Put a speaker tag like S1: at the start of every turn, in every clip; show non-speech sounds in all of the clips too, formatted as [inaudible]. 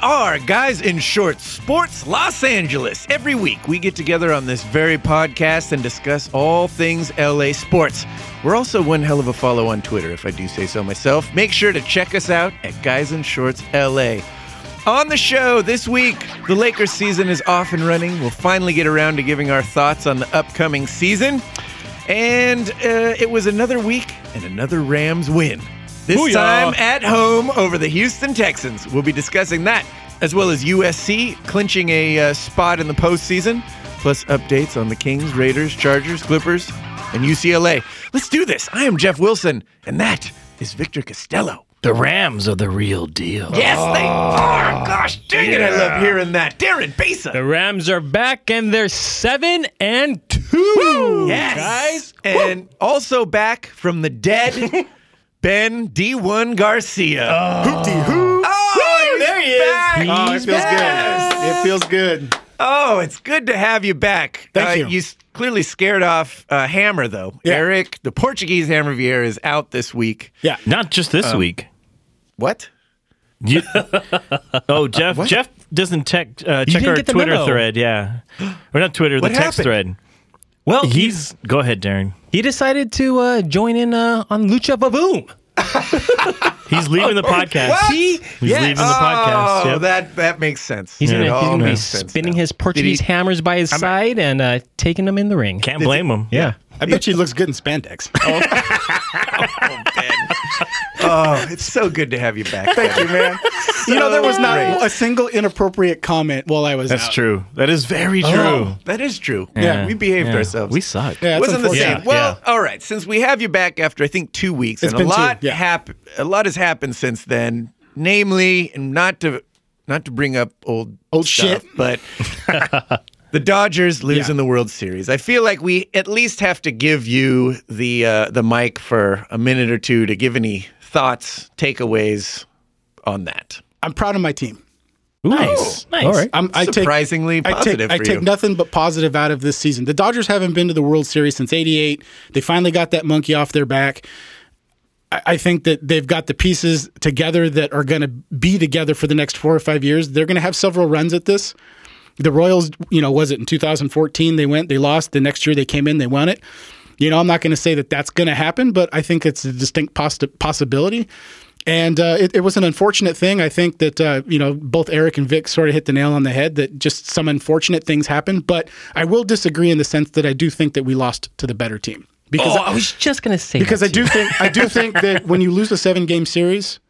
S1: Guys in Short Sports Los Angeles. Every week we get together on this very podcast and discuss all things LA sports. We're also one hell of a follow on Twitter, if I do say so myself. Make sure to check us out at Guys in Shorts LA. On the show this week, the Lakers season is off and running. We'll finally get around to giving our thoughts on the upcoming season. And uh, it was another week and another Rams win. This
S2: Booyah.
S1: time at home over the Houston Texans. We'll be discussing that, as well as USC clinching a uh, spot in the postseason, plus updates on the Kings, Raiders, Chargers, Clippers, and UCLA. Let's do this. I am Jeff Wilson, and that is Victor Costello.
S3: The Rams are the real deal.
S1: Yes, they are. Gosh dang it, I love hearing that. Darren Besa.
S2: The Rams are back and they're seven and two. Guys.
S1: And also back from the [laughs] dead, Ben D1 Garcia. Hoopty hoo. Oh, there he is.
S4: Oh, it feels good. It feels good.
S1: Oh, it's good to have you back. Uh,
S4: Thank you.
S1: You s- clearly scared off uh, Hammer, though.
S4: Yeah.
S1: Eric, the Portuguese Hammer Vieira is out this week.
S4: Yeah.
S3: Not just this week.
S1: What?
S3: You- oh, Jeff. Jeff doesn't check uh, check
S2: didn't
S3: our
S2: get the
S3: Twitter
S2: memo.
S3: thread. Yeah, or not Twitter.
S1: What
S3: the text
S1: happened?
S3: thread. Well, he's go ahead, Darren.
S2: He decided to uh, join in uh, on Lucha Vavoom.
S3: He's leaving the podcast.
S1: What?
S2: He,
S3: He's
S2: yes.
S3: leaving the podcast.
S1: Oh,
S3: yep.
S1: that, that makes sense.
S2: He's
S1: It
S2: gonna, he's
S1: all
S2: gonna be
S1: makes sense
S2: spinning
S1: now.
S2: his Portuguese hammers by his side and uh, taking them in the ring.
S3: Can't blame him.
S2: yeah.
S4: I bet she looks good in spandex.
S1: Oh, it's so good to have you back. Thank you, [laughs] man.
S4: you know, there was not
S1: Great.
S4: a single inappropriate comment while I was
S3: That's
S4: out.
S3: true. That is very true.
S1: That is true.
S3: Yeah.
S1: we behaved
S3: Yeah.
S1: ourselves.
S3: We suck.
S4: Yeah, it's
S1: wasn't the same.
S4: unfortunate.
S3: Yeah,
S1: Well, all right. Since we have you back after I think two weeks,
S4: It's
S1: and a
S4: been two,
S1: lot
S4: yeah.
S1: hap- a lot has happened since then. Namely, and not to not to bring up old
S4: Old
S1: stuff,
S4: shit. [laughs]
S1: but the Dodgers lose
S4: Yeah.
S1: in the World Series. I feel like we at least have to give you the uh, the mic for a minute or two to give any thoughts, takeaways on that.
S4: I'm proud of my team.
S3: Nice. Nice.
S2: All right.
S4: I'm, I take
S1: Surprisingly
S4: I take,
S1: positive
S4: I
S1: for
S4: take
S1: you.
S4: nothing but positive out of this season. The Dodgers haven't been to the World Series since '88. They finally got that monkey off their back. I, I think that they've got the pieces together that are going to be together for the next four or five years. They're going to have several runs at this. The Royals, you know, was it in 2014? They went, they lost. The next year they came in, they won it. You know, I'm not going to say that that's going to happen, but I think it's a distinct poss- possibility. And uh, it, it was an unfortunate thing. I think that, uh, you know, both Eric and Vic sort of hit the nail on the head that just some unfortunate things happen. But I will disagree in the sense that I do think that we lost to the better team. Because
S2: Oh, I was just gonna say
S4: because I do think I do think that when you lose a seven game series,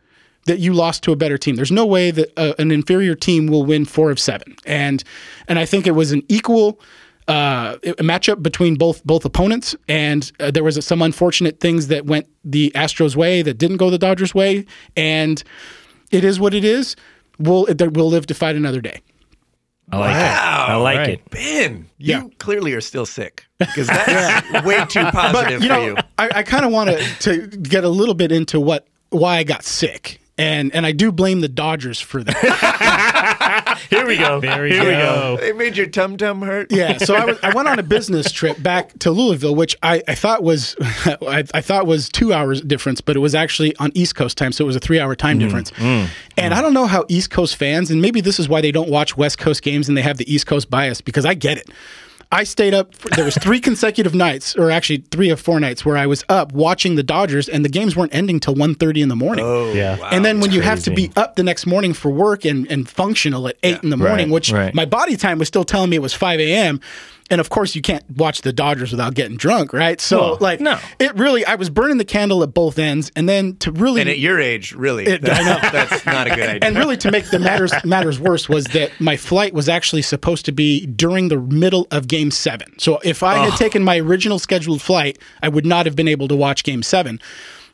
S4: that you lost to a better team. There's no way that uh, an inferior team will win four of seven, and and I think it was an equal. Uh, a matchup between both both opponents, and uh, there was some unfortunate things that went the Astros' way that didn't go the Dodgers' way, and it is what it is. We'll we'll live to fight another day.
S3: I like it. I like
S2: Right.
S3: it.
S1: Ben, you
S4: Yeah.
S1: clearly are still sick [laughs] because that's way too positive
S4: you know,
S1: for you.
S4: I, I kind of want to to get a little bit into what why I got sick, and and I do blame the Dodgers for that.
S3: Here we go. Here we go.
S1: They made your tum tum hurt.
S4: [laughs] yeah, so I, was, I went on a business trip back to Louisville, which I, I thought was [laughs] I, I thought was two hours difference, but it was actually on East Coast time, so it was a three hour time difference. and I don't know how East Coast fans, and maybe this is why they don't watch West Coast games and they have the East Coast bias because I get it. I stayed up. For, there was three [laughs] consecutive nights, or actually three or four nights, where I was up watching the Dodgers, and the games weren't ending till 1.30 in the morning.
S3: Yeah.
S4: and then when you have to be up the next morning for work and, and functional at eight in the morning,
S3: Right,
S4: which
S3: right.
S4: my body time was still telling me it was five a.m. And of course, you can't watch the Dodgers without getting drunk, right? So,
S3: Well,
S4: like,
S3: no.
S4: it really, I was burning the candle at both ends, and then to really,
S1: And at your age, really,
S4: It- [laughs] I
S1: that's,
S4: know.
S1: that's not a good idea.
S4: and really to make
S1: [laughs]
S4: the matters matters worse was that my flight was actually supposed to be during the middle of game 7. So if I
S1: Oh.
S4: had taken my original scheduled flight, I would not have been able to watch game 7.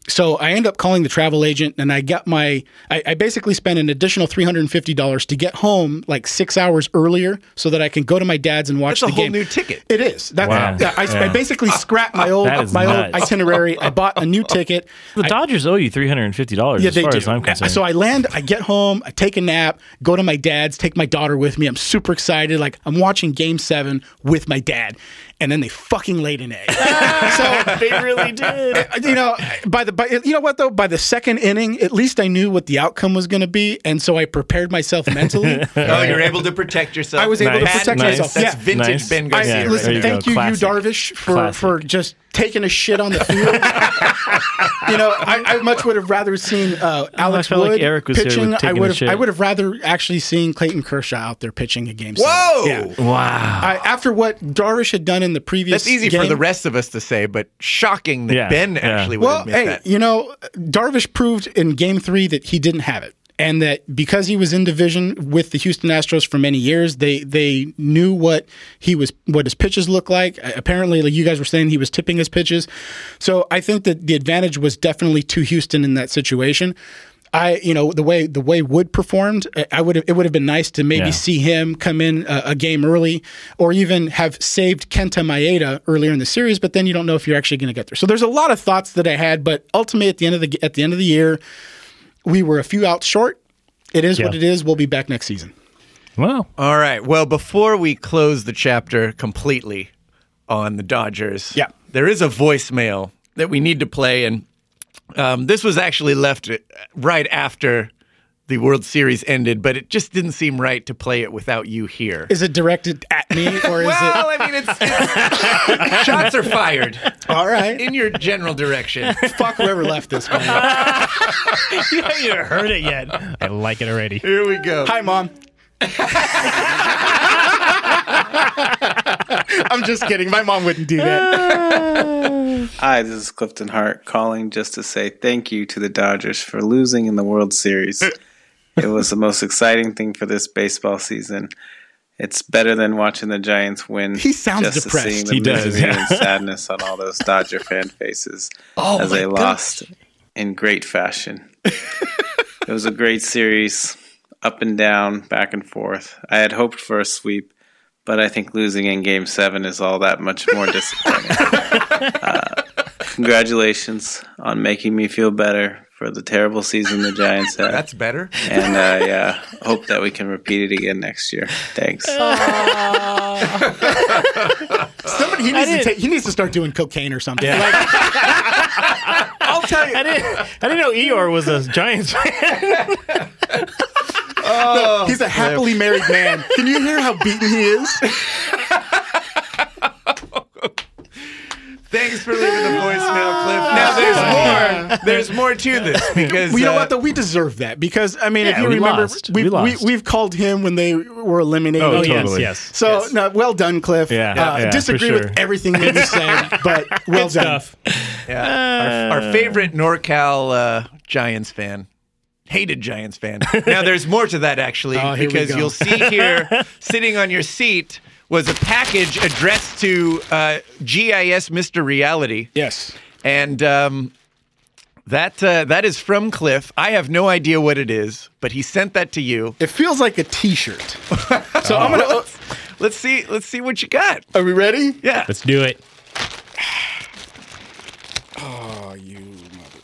S4: So I end up calling the travel agent and I got my I, I basically spent an additional $350 to get home like 6 hours earlier so that I can go to my dad's and watch
S1: That's a
S4: the
S1: whole
S4: game.
S1: new ticket.
S4: It is. That's
S3: Wow.
S4: yeah, I, I
S3: Yeah.
S4: basically
S1: [laughs]
S4: scrapped my old
S3: That is
S4: my old
S3: nuts.
S4: itinerary. I bought a new ticket.
S3: The Dodgers owe you three hundred and fifty dollars. as far as I'm concerned.
S4: Uh, So I land, I get home, I take a nap, go to my dad's, take my daughter with me. I'm super excited. Like I'm watching Game Seven with my dad, and then they fucking laid an egg. so [laughs]
S2: [laughs]
S3: they really did.
S4: you know, by the the by, you know what though, by the second inning, at least I knew what the outcome was going to be, and so I prepared myself
S3: [laughs]
S4: mentally.
S1: Oh, you're able to protect yourself.
S4: I was able
S3: to
S1: Pat,
S4: protect
S1: nice.
S4: myself.
S1: That's
S4: Yeah.
S1: vintage
S3: Nice.
S1: Ben
S4: I,
S1: Garcia.
S3: Yeah,
S4: listen,
S3: there you
S4: thank
S3: go.
S4: you,
S3: Classic.
S4: you Darvish, for
S3: Classic.
S4: for just taking a shit on the field. [laughs] you know, I, I much would have rather seen uh, Alex
S3: felt
S4: Wood
S3: like Eric was here with
S4: pitching. I
S3: taking a
S4: would have,
S3: shit.
S4: I would have rather actually seen Clayton Kershaw out there pitching a game. seven.
S1: Whoa!
S4: Yeah.
S3: Wow.
S4: I, after what Darvish had done in the previous,
S1: That's easy for
S4: game-
S1: the rest of us to say, but shocking that
S3: Yeah,
S1: Ben
S3: yeah.
S1: actually would
S4: Well,
S1: admit
S4: hey,
S1: that.
S4: you know, Darvish proved in Game Three that he didn't have it, and that because he was in division with the Houston Astros for many years, they they knew what he was, what his pitches looked like. Uh, Apparently, like you guys were saying, he was tipping his pitches, so I think that the advantage was definitely to Houston in that situation. I, you know, the way the way Wood performed, I- I would have it would have been nice to maybe
S3: Yeah.
S4: see him come in a, a game early, or even have saved Kenta Maeda earlier in the series. But then you don't know if you're actually going to get there. So there's a lot of thoughts that I had, but ultimately at the end of the at the end of the year, we were a few outs short. It is what
S3: Yeah.
S4: it is. We'll be back next season.
S3: Wow.
S1: All right. Well, before we close the chapter completely on the Dodgers,
S4: Yeah.
S1: there is a voicemail that we need to play, and um, this was actually left uh, right after the World Series ended, but it just didn't seem right to play it without you here.
S4: Is it directed at me or is
S1: well, I mean, it's, it's- shots are fired
S4: it [laughs] all right?
S1: in your general direction.
S4: Fuck whoever left this. [laughs] Man.
S3: you haven't even heard it yet. I like it already.
S1: Here we go.
S4: Hi, mom. [laughs] I'm just kidding. My mom wouldn't do that. [laughs]
S5: Hi, this is Clifton Hart calling just to say thank you to the Dodgers for losing in the World Series. it was the most exciting thing for this baseball season. It's better than watching the Giants win.
S4: He sounds
S5: just to
S4: depressed.
S5: seeing the
S3: He does,
S5: misery
S3: yeah.
S5: and sadness on all those Dodger fan faces as they lost in great fashion. it was a great series, up and down, back and forth. I had hoped for a sweep, but I think losing in Game Seven is all that much more disappointing Uh, congratulations on making me feel better for the terrible season the Giants had.
S1: That's better.
S5: and I uh, hope that we can repeat it again next year. Thanks.
S4: Somebody, he needs to
S3: didn't-
S4: take, he needs to start doing cocaine or something.
S1: I'll tell you.
S3: I didn't, I didn't know Eeyore was a Giants fan.
S4: Like, he's a happily married [laughs] man. Can you hear how beaten he is?
S1: Thanks for leaving the voicemail clip. Now there's more. There's more to this because
S4: Well, you know
S1: uh,
S4: what though? We deserve that because I mean, if
S3: Yeah,
S4: you
S3: we
S4: remember,
S3: lost.
S4: We,
S3: We lost.
S4: have called him when they were eliminated.
S3: Oh, yes,
S2: totally.
S3: yes.
S4: So no, well done, Cliff.
S3: Yeah,
S4: uh,
S3: yeah, for
S4: disagree
S3: sure.
S4: with everything that you said,
S3: [laughs]
S4: but well done.
S1: yeah, our, our favorite NorCal uh, Giants fan. Hated Giants fan. Now there's more to that actually
S4: [laughs] Oh, here we
S1: because
S4: go.
S1: you'll see
S4: [laughs]
S1: here sitting on your seat was a package addressed to uh, GIS Mr. Reality.
S4: Yes.
S1: And um, that uh, that is from Cliff. I have no idea what it is, but he sent that to you.
S4: It feels like a T-shirt. so I'm gonna.
S1: Let's see. Let's see what you got.
S4: Are we ready?
S1: Yeah.
S2: Let's do it.
S4: Oh, you mother.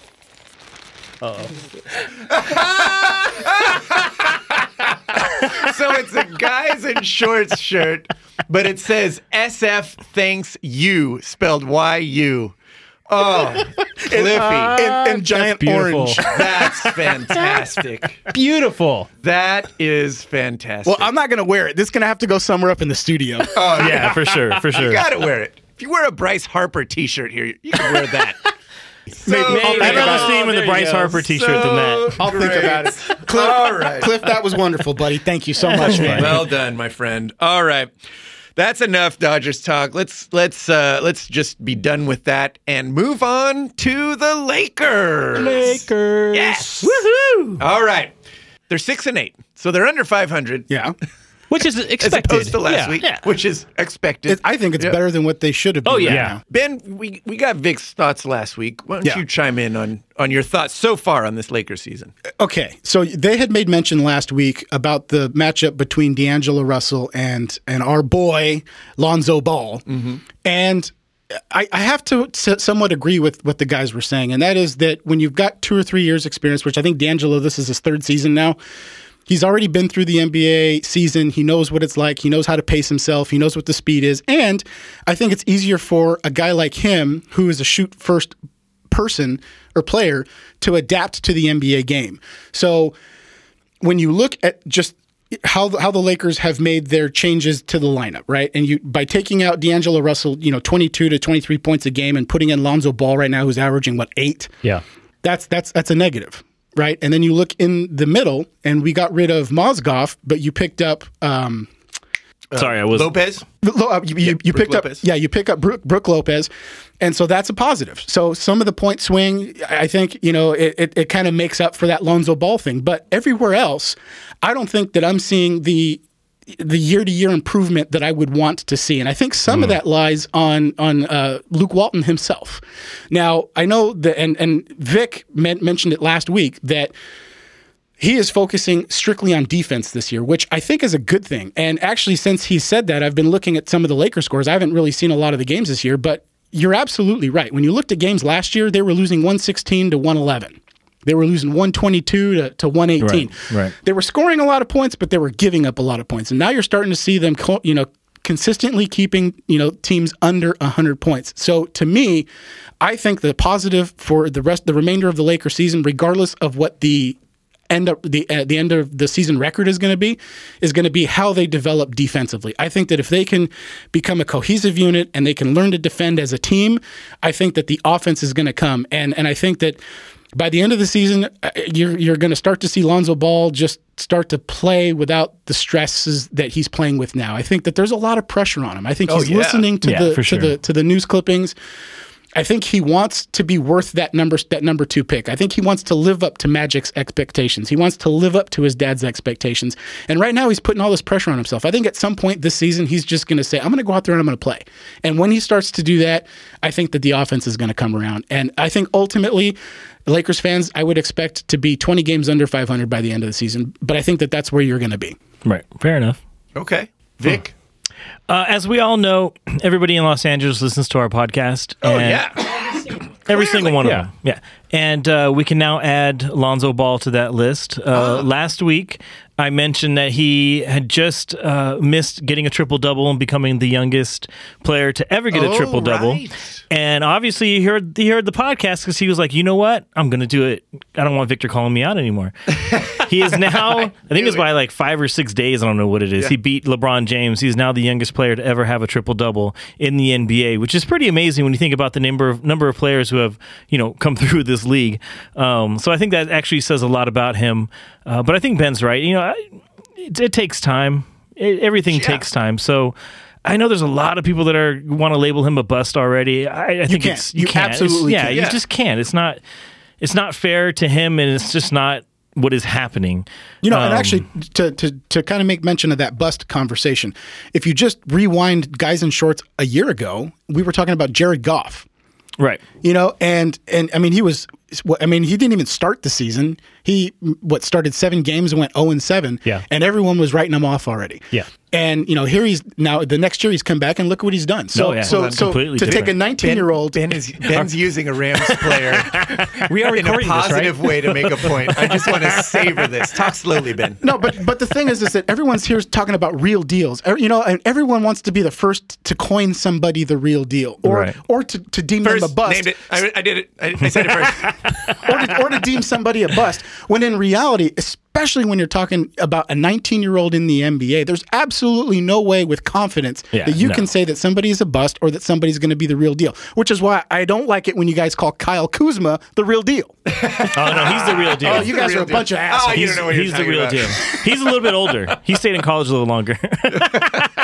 S1: So it's a guys in shorts shirt, but it says SF thanks you spelled Y U. Oh, Cliffy.
S4: And, and giant
S3: beautiful. [laughs]
S4: orange.
S1: That's fantastic.
S3: Beautiful.
S1: That is fantastic.
S4: Well, I'm not gonna wear it. This is gonna have to go somewhere up in the studio.
S3: yeah, for sure, for sure.
S1: you gotta wear it. If you wear a Bryce Harper t-shirt here, you can wear
S4: [laughs]
S1: that. So
S4: Maybe.
S3: I'd rather see
S2: Oh,
S3: him in
S2: there
S3: the
S2: you
S3: Bryce
S2: go.
S3: Harper T-shirt than that.
S4: I'll think about it. Cliff,
S1: All right.
S4: Cliff, that was wonderful, buddy. Thank you so much, man.
S1: Well done, my friend. All right. That's enough Dodgers talk. Let's let's uh, let's just be done with that and move on to the Lakers.
S3: Lakers.
S1: Yes.
S3: Woohoo!
S1: All right. They're six and eight, so they're under 500
S4: yeah.
S2: Which is
S1: as
S2: expected.
S1: opposed to last
S2: Yeah.
S1: week,
S2: Yeah.
S1: which is expected.
S4: It- I think it's
S1: Yeah.
S4: better than what they should have been.
S2: Oh, yeah.
S4: right
S2: Yeah.
S4: now.
S1: Ben, we, we got Vic's thoughts last week. Why don't
S4: Yeah.
S1: you chime in on, on your thoughts so far on this Lakers season?
S4: Okay. So they had made mention last week about the matchup between D'Angelo Russell and and our boy Lonzo Ball, and I, I have to s- somewhat agree with what the guys were saying, and that is that when you've got two or three years experience, which I think D'Angelo, this is his third season now. He's already been through the NBA season. He knows what it's like. He knows how to pace himself. He knows what the speed is. And I think it's easier for a guy like him, who is a shoot first person or player to adapt to the NBA game. So when you look at just how the, how the Lakers have made their changes to the lineup, right? And you by taking out D'Angelo Russell, you know, 22 to 23 points a game, and putting in Lonzo Ball right now, who's averaging what eight?
S2: Yeah.
S4: That's that's that's a negative, right? And then you look in the middle, and we got rid of Mozgov, but you picked up. Um,
S3: Sorry, I was.
S1: Lopez.
S4: Lo- uh, you, you, you
S1: Brook
S4: picked
S1: Lopez.
S4: up yeah you pick up Brooke, Brooke Lopez, and so that's a positive. So some of the point swing, I I think you know it, it, it kind of makes up for that Lonzo Ball thing. But everywhere else, I don't think that I'm seeing the the year to year improvement that I would want to see. And I think some of that lies on on uh, Luke Walton himself. Now I know that and and Vic men- mentioned it last week that he is focusing strictly on defense this year, which I think is a good thing. And actually, since he said that, I've been looking at some of the Lakers scores. I haven't really seen a lot of the games this year, but you're absolutely right. When you looked at games last year, they were losing 116 to 111. They were losing 122 to, to 118.
S2: Right, right.
S4: They were scoring a lot of points, but they were giving up a lot of points. And now you're starting to see them, co- you know, consistently keeping, you know, teams under 100 points. So to me, I think the positive for the rest, the remainder of the Lakers season, regardless of what the end up the uh, the end of the season record is going to be is going to be how they develop defensively. I think that if they can become a cohesive unit and they can learn to defend as a team, I think that the offense is going to come. And and I think that by the end of the season, uh, you're you're going to start to see Lonzo Ball just start to play without the stresses that he's playing with now. I think that there's a lot of pressure on him. I think he's
S1: yeah.
S4: listening to
S2: Yeah,
S4: the
S2: for
S4: to
S2: sure.
S4: the to the news clippings. I think he wants to be worth that number that number two pick. I think he wants to live up to Magic's expectations. He wants to live up to his dad's expectations. And right now he's putting all this pressure on himself. I think at some point this season he's just going to say, "I'm going to go out there and I'm going to play." And when he starts to do that, I think that the offense is going to come around. And I think ultimately, Lakers fans, I would expect to be 20 games under 500 by the end of the season. But I think that that's where you're going to be.
S3: Right. Fair enough.
S1: Okay. Vic.
S3: Uh, as we all know, [clears throat] everybody in Los Angeles listens to our podcast.
S1: Oh
S3: and
S1: yeah.
S3: Every single one
S2: Yeah.
S3: of them. Yeah. And uh, we can now add Lonzo Ball to that list. Uh,
S1: Ah.
S3: Last week, I mentioned that he had just uh, missed getting a triple double and becoming the youngest player to ever get
S1: Oh,
S3: a triple double.
S1: right.
S3: And obviously, he heard he heard the podcast because he was like, you know what, I'm going to do it. I don't want Victor calling me out anymore. he is now. I think it's by like five or six days. I don't know what it is. He beat LeBron James. He's now the youngest player to ever have a triple double in the NBA, which is pretty amazing when you think about the number of number of players who have you know come [laughs] through this league. Um, so I think that actually says a lot about him. Uh, but I think Ben's right. You know, I, it, it takes time. It, everything takes time. So. I know there's a lot of people that are want to label him a bust already. I, I think
S4: can't.
S3: it's
S4: You
S3: can't. It's-
S4: absolutely
S3: yeah,
S4: can't.
S3: you
S1: Yeah.
S3: just can't. It's not it's not fair to him and it's just not what is happening.
S4: You know, and
S3: Um,
S4: actually, to, to, to kind of make mention of that bust conversation, if you just rewind guys in shorts a year ago, we were talking about Jared Goff.
S3: right.
S4: You know, and and I mean, he was. I mean, he didn't even start the season. He what started seven games and went zero and seven.
S2: Yeah.
S4: and everyone was writing him off already.
S2: Yeah.
S4: and you know, here he's now. The next year, he's come back and look what he's done. So,
S3: No, yeah,
S4: so,
S3: that's
S4: so to
S3: completely
S4: take a
S3: different.
S4: nineteen-year-old,
S1: Ben
S4: [laughs]
S1: is Ben's using a Rams player
S2: We are
S1: in a
S2: recording this, right?
S1: positive way to make a point. I just
S4: [laughs]
S1: want to savor this. Talk slowly, Ben.
S4: no, but but the thing is, is that everyone's here talking about real deals. Er- You know, and everyone wants to be the first to coin somebody the real deal, or
S3: Right.
S4: or to, to deem them a bust,
S1: named it. I, I did it. I, I said it first.
S4: or, to, or to deem somebody a bust. When in reality, especially when you're talking about a 19 year old in the NBA, there's absolutely no way with confidence
S3: Yeah,
S4: that you
S3: no.
S4: can say that somebody is a bust or that somebody's going to be the real deal. Which is why I don't like it when you guys call Kyle Kuzma the real deal.
S3: Oh no, he's the real deal.
S4: [laughs] [laughs] Oh, you guys
S1: real
S4: are a
S1: deal.
S4: bunch of
S1: Oh,
S4: assholes.
S1: you
S3: he's
S1: don't know what you're
S3: he's the
S1: talking
S3: real
S1: about.
S4: [laughs]
S3: deal. He's a little bit older. He stayed in college a little longer. [laughs]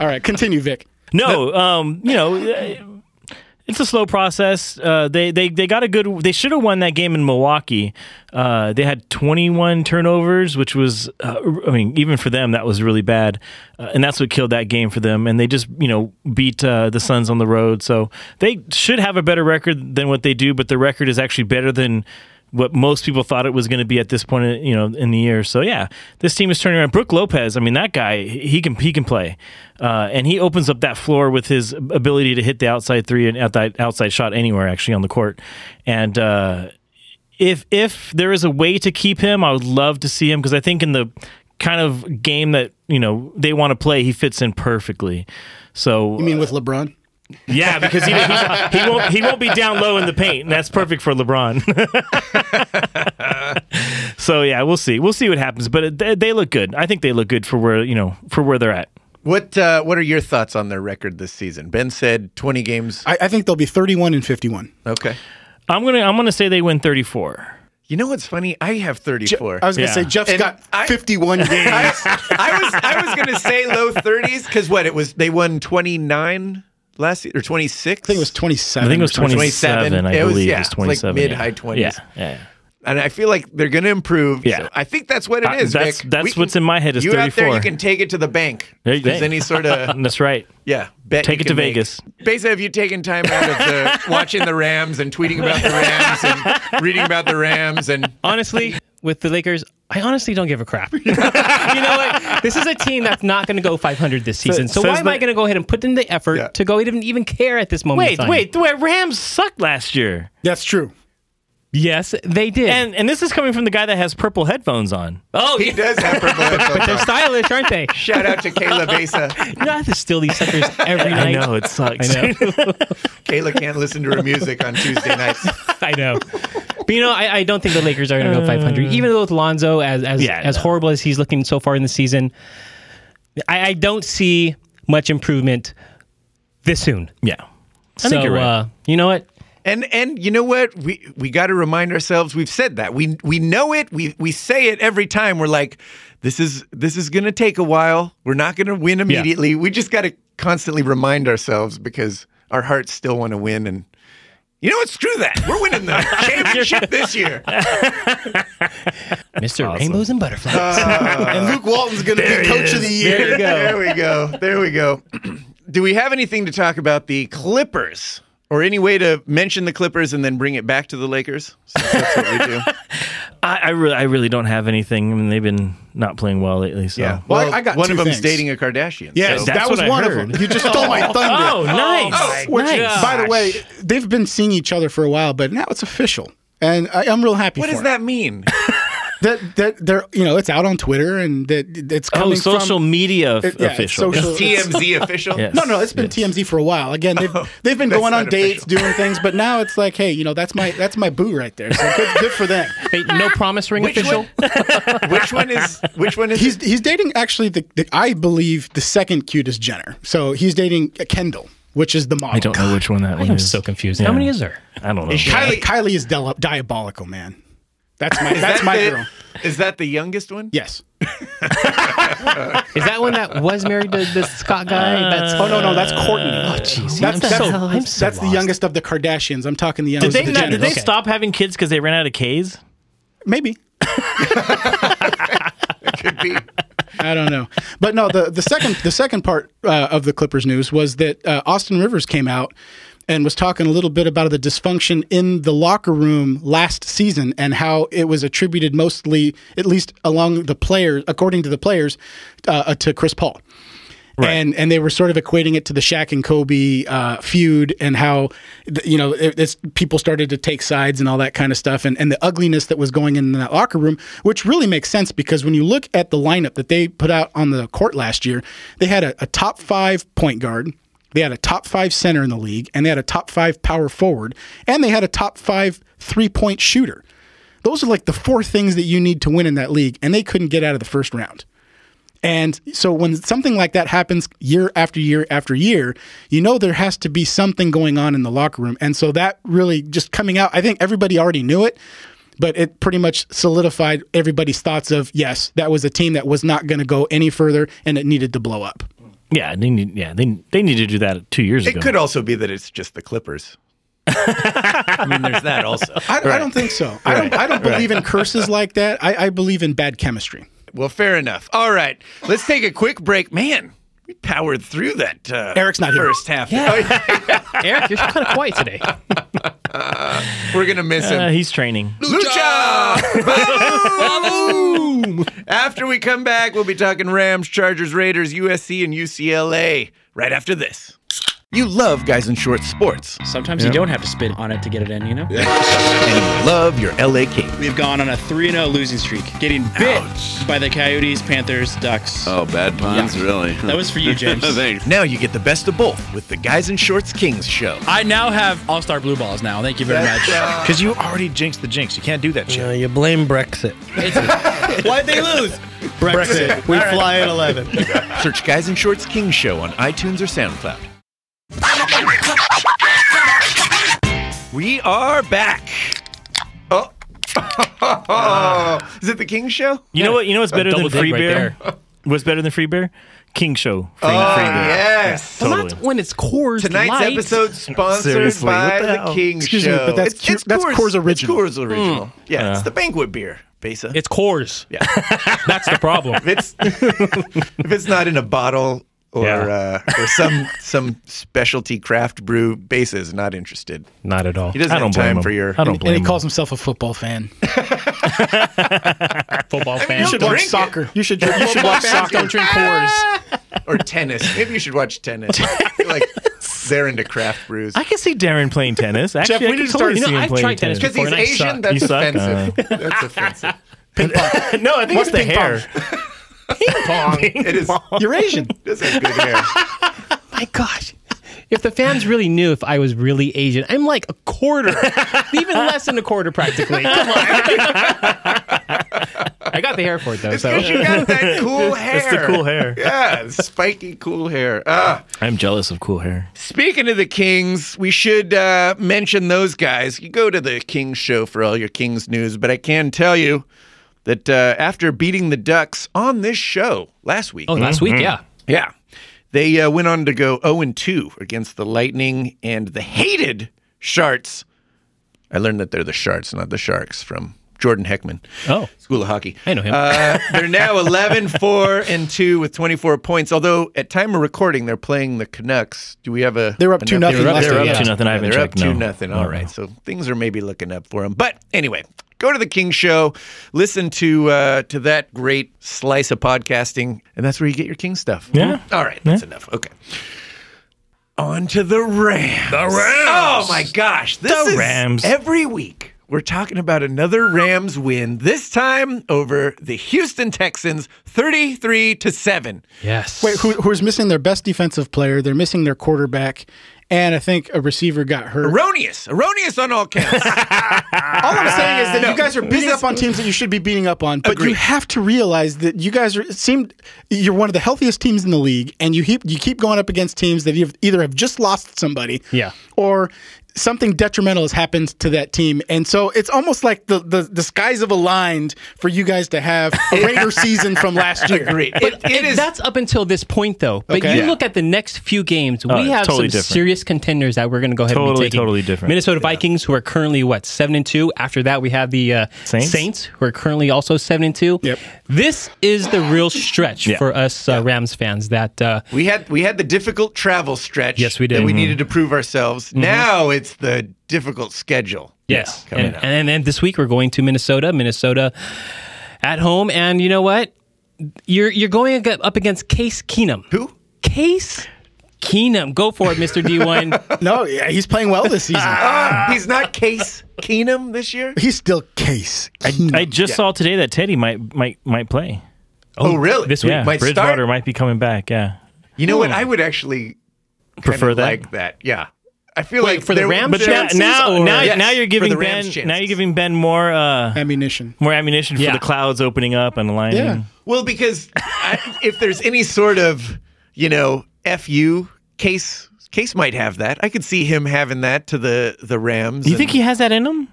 S4: All right,
S3: [laughs]
S4: continue, Vic.
S3: no, um, you know, uh, it's a slow process. Uh, they they they got a good. They should have won that game in Milwaukee. Uh, they had 21 turnovers, which was, uh, I mean, even for them that was really bad, uh, and that's what killed that game for them. And they just you know beat uh, the Suns on the road, so they should have a better record than what they do. But the record is actually better than. What most people thought it was going to be at this point, you know, in the year. So yeah, this team is turning around. Brooke Lopez, I mean, that guy, he can he can play, uh, and he opens up that floor with his ability to hit the outside three and out that outside shot anywhere actually on the court. And uh, if if there is a way to keep him, I would love to see him because I think in the kind of game that you know they want to play, he fits in perfectly. So uh,
S4: I mean, with LeBron.
S3: Yeah, because he, he's- he won't he won't be down low in the paint, and that's perfect for LeBron. [laughs] so yeah, we'll see. We'll see what happens, but it- they, they look good. I think they look good for where you know for where they're at.
S1: What uh, What are your thoughts on their record this season? Ben said 20 games.
S4: I, I think they'll be 31 and 51.
S1: Okay.
S3: I'm gonna I'm gonna say they win 34.
S1: You know what's funny? I have [laughs] 34.
S4: I was going
S3: Yeah.
S4: to say Jeff's
S1: And
S4: got
S1: I- [laughs]
S4: 51 games.
S1: I, I was I was gonna say low 30s because what it was they won 29 last year or 26.
S4: I think it was
S3: [laughs]
S4: 27.
S3: I think it was
S4: or something.
S3: 27. I
S1: It was-
S3: believe
S1: yeah,
S3: it was
S1: it's like
S3: 27.
S1: mid-
S3: yeah.
S1: high 20s.
S3: Yeah, yeah.
S1: and I feel like they're gonna improve.
S3: Yeah.
S1: So I think that's what it
S3: I-
S1: is.
S3: that's-
S1: Vic.
S3: that's
S1: We
S3: what's in my head is
S1: you out there, you
S3: 34.
S1: can take it to the bank.
S3: There you
S1: If there's
S3: go.
S1: any sort of
S3: [laughs] That's right.
S1: yeah bet. you
S3: Take it to
S1: can make.
S3: Vegas.
S1: Basically, have you taken time out of
S3: [laughs]
S1: the, watching the Rams and tweeting about the Rams and reading about the Rams and
S2: honestly, with the Lakers, I honestly don't give a crap. [laughs] you know what? This is a team that's not going to go 500 this season. So,
S3: says
S2: why am I
S3: the-
S2: going to go ahead and put in the effort
S1: Yeah.
S2: to go even even care at this moment? in
S3: Wait,
S2: time?
S3: wait, the Rams sucked last year,
S4: That's true.
S2: Yes, they did.
S3: and and this is coming from the guy that has purple headphones on.
S2: oh,
S1: he
S2: yeah.
S1: does
S3: [laughs]
S1: have purple
S2: they're
S1: headphones.
S2: [laughs] stylish, aren't they?
S1: Shout out to Kayla Besa.
S2: [laughs] You know, I have to steal these [laughs] suckers every
S3: I
S2: night.
S3: [laughs] know it sucks.
S2: I know.
S1: Kayla can't listen to her music on Tuesday nights.
S2: I know. Uh, But you know, I, I don't think the Lakers are going to go 500, even though with Lonzo, as as
S3: Yeah,
S2: as
S3: no.
S2: horrible as he's looking so far in the season, I, I don't see much improvement this soon.
S3: yeah, I
S2: so
S3: think you're right.
S2: uh, you know what?
S1: And and you know what? We we got to remind ourselves. We've said that. We we know it. We we say it every time. We're like, this is this is going to take a while. We're not going to win immediately. We just got to constantly remind ourselves because our hearts still want to win. And you know what? Screw that. We're winning the [laughs] championship this year.
S3: uh,
S2: Mr. Rainbows and Butterflies.
S4: [laughs] and Luke Walton's going to be coach of the year.
S1: There you go. there we go. There we go. [clears throat] Do we have anything to talk about the Clippers? Or any way to mention the Clippers and then bring it back to the Lakers? Since that's what we do.
S3: I, I really, I really don't have anything. I mean, they've been not playing well lately. So.
S1: [laughs] Yeah.
S4: Well, I got
S1: one
S4: two
S1: of them's
S4: things.
S1: dating a Kardashian.
S4: Yes,
S1: so-
S3: that's
S4: that was
S3: what I
S4: one of
S3: heard.
S4: them. You
S3: [laughs]
S4: just stole my thunder.
S3: Oh, nice.
S4: Which,
S2: uh,
S3: nice.
S4: by the way, they've been seeing each other for a while, but now it's official, and I, I'm real happy.
S1: What
S4: for
S1: does
S4: it.
S1: that
S4: [laughs]
S1: mean?
S4: That that they're you know it's out on Twitter and that it's coming
S3: oh, social
S4: from,
S3: media f-
S4: it- yeah, it's
S3: official.
S4: social-
S1: TMZ official?
S3: Yes.
S4: No, no, it's been TMZ for a while. Again, they've, they've been
S1: Oh, that's
S4: going on
S1: not
S4: dates,
S1: official.
S4: doing things, but now it's like, hey, you know, that's my that's my boo right there. So good, good
S1: [laughs]
S4: for them.
S2: Wait, [laughs] no promise ring
S1: Which
S2: official.
S1: one, which one [laughs] is which one is
S4: He's he's dating actually the, the I believe the second cutest Jenner. So he's dating Kendall, which is the model.
S3: I [laughs] don't know which one that one
S2: I'm
S3: is.
S2: so confused. How many is there?
S3: I don't know.
S4: Kylie Kylie is del- diabolical, man. That's my
S1: is
S4: that's
S1: that
S4: my
S1: the,
S4: girl.
S1: Is that the youngest one?
S4: Yes.
S2: Is that one that was married to this Scott guy? That's
S4: Oh no, no, that's Courtney.
S2: Oh jeez,
S4: That's,
S2: I'm
S4: that's,
S2: so, I'm so
S4: that's the
S2: lost.
S4: youngest of the Kardashians. I'm talking the
S3: Did
S4: youngest.
S3: they,
S4: of the
S3: not, did they
S4: Jenners.
S2: Okay.
S3: stop having kids because they ran out of K's?
S4: Maybe.
S1: Could [laughs] be.
S4: I don't know. But no, the, the second the second part uh, of the Clippers news was that uh, Austin Rivers came out and was talking a little bit about the dysfunction in the locker room last season and how it was attributed mostly, at least along the players, according to the players, uh, to Chris Paul. And and they were sort of equating it to the Shaq and Kobe uh, feud and how th- you know it, it's, people started to take sides and all that kind of stuff and, and the ugliness that was going in that locker room, which really makes sense because when you look at the lineup that they put out on the court last year, they had a, a top five point guard. They had a top five center in the league, and they had a top five power forward, and they had a top five three point shooter. Those are like the four things that you need to win in that league, and they couldn't get out of the first round. And so when something like that happens year after year after year, you know there has to be something going on in the locker room. And so that really just coming out, I think everybody already knew it, but it pretty much solidified everybody's thoughts of yes, that was a team that was not going to go any further and it needed to blow up.
S3: Yeah, they need. Yeah, they they need to do that two years ago.
S1: It could also be that it's just the Clippers. [laughs] I mean, there's that also.
S4: I, I don't think so. I don't, I don't believe in curses like that. I, I believe in bad chemistry.
S1: Well, fair enough. All right, let's take a quick break. Man, we powered through that. Uh,
S4: Eric's not here.
S1: first half. Oh,
S2: Eric, you're kind of quiet today.
S1: yeah. [laughs] We're gonna miss him.
S3: Uh, he's training.
S1: Lucha! Boom! after we come back, we'll be talking Rams, Chargers, Raiders, USC, and UCLA right after this. You love guys in short sports,
S6: Sometimes you don't have to spit on it to get it in, you know?
S1: and you love your LA Kings.
S6: We've gone on a 3 0 losing streak, getting bit by the Coyotes, Panthers, Ducks.
S7: Oh, bad puns, really?
S6: That was for you, James.
S7: Thanks.
S1: Now you get the best of both with the Guys in Shorts Kings show.
S6: I now have all star blue balls now. Thank you very much.
S3: Because you already jinxed the jinx. You can't do that shit.
S8: Uh, you blame Brexit.
S6: [laughs] Why'd they lose?
S8: Brexit. We fly at 11.
S1: Search Guys in Shorts Kings show on iTunes or SoundCloud. We are back. Oh. [laughs] Is it the King show?
S3: You know what? You know what's better than
S2: double
S3: free
S2: dick right
S3: beer? What's better than free beer? King Show. Free, oh, free beer.
S1: yes.
S2: Well,
S3: Totally.
S2: not when it's Coors
S1: Tonight's
S2: Light.
S1: episode sponsored
S4: Seriously,
S1: by
S4: what the
S1: the,
S4: hell?
S1: King
S4: Excuse me,
S1: show.
S4: but that's Cu- that's Coors Original.
S1: It's Coors original. Hmm. Yeah, it's the banquet beer, Besa.
S2: It's Coors.
S1: Yeah.
S2: [laughs] That's the problem.
S1: [laughs] if it's if it's not in a bottle or
S2: Yeah.
S1: uh, or some some specialty craft brew, Besa is not interested.
S2: Not at all.
S1: He doesn't
S3: I don't
S1: have
S3: blame
S1: time
S3: him.
S1: for your.
S3: I don't
S4: And
S3: blame
S4: he
S3: him.
S4: calls himself a football [laughs] fan.
S2: Football fan.
S1: You should watch soccer [laughs]
S4: You should you should watch soccer.
S2: Don't drink Coors.
S1: or tennis. Maybe you should watch
S3: [laughs]
S1: tennis. like they're into craft brews.
S3: I can see Darren playing tennis. Actually,
S4: we
S3: I
S4: need
S3: can
S4: to
S3: totally
S4: start-
S3: see
S2: you know,
S3: him
S2: I've
S3: playing
S2: tried tennis
S3: tennis.
S1: Because he's
S2: Before I
S1: Asian,
S2: suck.
S1: that's
S3: You suck, Uh.
S1: offensive. that's [laughs] offensive.
S3: [laughs] no, I think it's the
S4: ping
S3: hair.
S1: It is. [laughs]
S4: You're Asian.
S1: That's a good hair.
S2: My gosh. If the fans really knew if I was really Asian, I'm like a quarter, even less than a quarter practically. Come on. [laughs] I got the hair for it though.
S1: It's
S2: So.
S1: 'cause you got that cool hair.
S3: [laughs] It's the cool hair.
S1: Yeah, spiky cool hair. Ah.
S3: I'm jealous of cool hair.
S1: Speaking of the Kings, we should uh, mention those guys. You go to the Kings show for all your Kings news, but I can tell you that uh, after beating the Ducks on this show last week,
S2: Oh, last week, yeah.
S1: yeah, they uh, went on to go 0 and 2 against the Lightning and the hated Sharks. I learned that they're the Sharks, not the Sharks, from Jordan Heckman.
S2: Oh.
S1: School of Hockey.
S2: I know him.
S1: Uh, they're
S2: [laughs]
S1: now 11, 4, and 2 with 24 points. Although, at time of recording, they're playing the Canucks. Do we have a.
S4: They were up
S1: an
S4: 2-0
S1: update?
S4: last
S3: They're up
S4: Yeah.
S3: to nothing. I haven't
S1: they're
S3: checked.
S1: up
S3: no.
S1: 2 nothing.
S3: No,
S1: All
S3: no.
S1: right. So things are maybe looking up for them. But anyway, go to the King Show, listen to uh, to that great slice of podcasting, and that's where you get your King stuff. Mm-hmm.
S3: Yeah.
S1: All right. That's enough. Okay. On to the Rams. The Rams. Oh my gosh. This
S3: The
S1: is
S3: Rams.
S1: every week. We're talking about another Rams win, this time over the Houston Texans 33 to 7.
S2: Yes.
S4: Wait, who, who's missing their best defensive player? They're missing their quarterback, and I think a receiver got hurt.
S1: Erroneous. Erroneous on all counts.
S4: All I'm saying is that you guys are beating up on teams that you should be beating up on, but
S1: Agreed.
S4: you have to realize that you guys are it seemed you're one of the healthiest teams in the league, and you keep you keep going up against teams that you've either have just lost somebody,
S2: Yeah.
S4: or something detrimental has happened to that team, and so it's almost like the the, the skies have aligned for you guys to have a regular season from last year.
S1: Agreed. It- it
S2: And
S1: is
S2: that's up until this point, though. But
S4: Okay.
S2: you
S4: Yeah.
S2: look at the next few games,
S3: Oh,
S2: we
S3: it's
S2: have
S3: totally
S2: some
S3: different.
S2: serious contenders that we're going to go ahead and
S3: Totally,
S2: be taking.
S3: totally different.
S2: Minnesota Vikings, who are currently what seven and two. After that, we have the uh,
S3: Saints?
S2: Saints. who are currently also seven and two.
S4: Yep.
S2: This is the real stretch
S3: Yeah.
S2: for us uh, Rams fans. That uh,
S1: We had we had the difficult travel stretch.
S2: Yes, we did.
S1: That we
S2: Mhm.
S1: needed to prove ourselves. Now it's the difficult schedule.
S2: yes,
S1: coming
S2: and,
S1: up.
S2: and then this week we're going to Minnesota. Minnesota at home, and you know what? You're you're going ag- up against Case Keenum.
S1: Who?
S2: Case Keenum. Go for it, Mister D One.
S3: [laughs]
S4: No, yeah, he's playing well this season.
S1: Ah, he's not Case Keenum this
S2: [laughs]
S1: year.
S4: He's still Case.
S3: I just saw today that Teddy might might might play.
S1: Oh, really?
S2: this week.
S3: Yeah,
S1: might
S3: Bridgewater
S1: start?
S3: might be coming back. Yeah,
S1: You know what? I would actually kind
S3: Prefer
S1: of
S3: that?
S1: like that. Yeah, I feel
S2: Wait,
S1: like
S2: for the
S1: there-
S2: Rams
S3: but
S2: But
S3: now
S2: chances
S3: now
S2: or-
S3: now,
S1: Yes,
S3: now you're
S1: for
S3: giving
S1: the
S3: Ben
S1: Rams'
S3: now you're
S1: chances.
S3: giving Ben more uh,
S4: ammunition.
S3: more ammunition
S2: Yeah.
S3: for the clouds opening up and aligning.
S4: Yeah.
S1: Well, because I, if there's any sort of you know fu case. Case might have that. I could see him having that to the the Rams.
S3: Do you
S1: and-
S3: think he has that in him?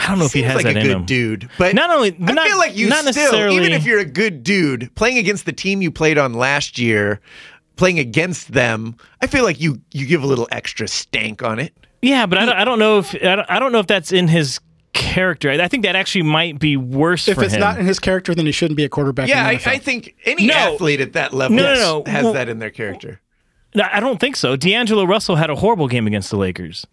S3: I don't know if he
S1: Seems
S3: has
S1: like
S3: that
S1: a
S3: in
S1: good
S3: him.
S1: dude. But
S3: Not only- but
S1: I
S3: not-
S1: feel like you
S3: not
S1: still, even
S3: necessarily-
S1: if you're a good dude, playing against the team you played on last year, playing against them, I feel like you you give a little extra stank on it.
S3: Yeah, but I don't, I don't know if I don't, I don't know if that's in his character. I, I think that actually might be worse
S4: If
S3: for
S4: it's
S3: him.
S4: not in his character, then he shouldn't be a quarterback.
S1: Yeah, I,
S4: in the NFL.
S1: I think any
S3: No.
S1: athlete at that level
S3: No, no, no.
S1: has
S3: Well-
S1: that in their character.
S3: No, I don't think so. D'Angelo Russell had a horrible game against the Lakers.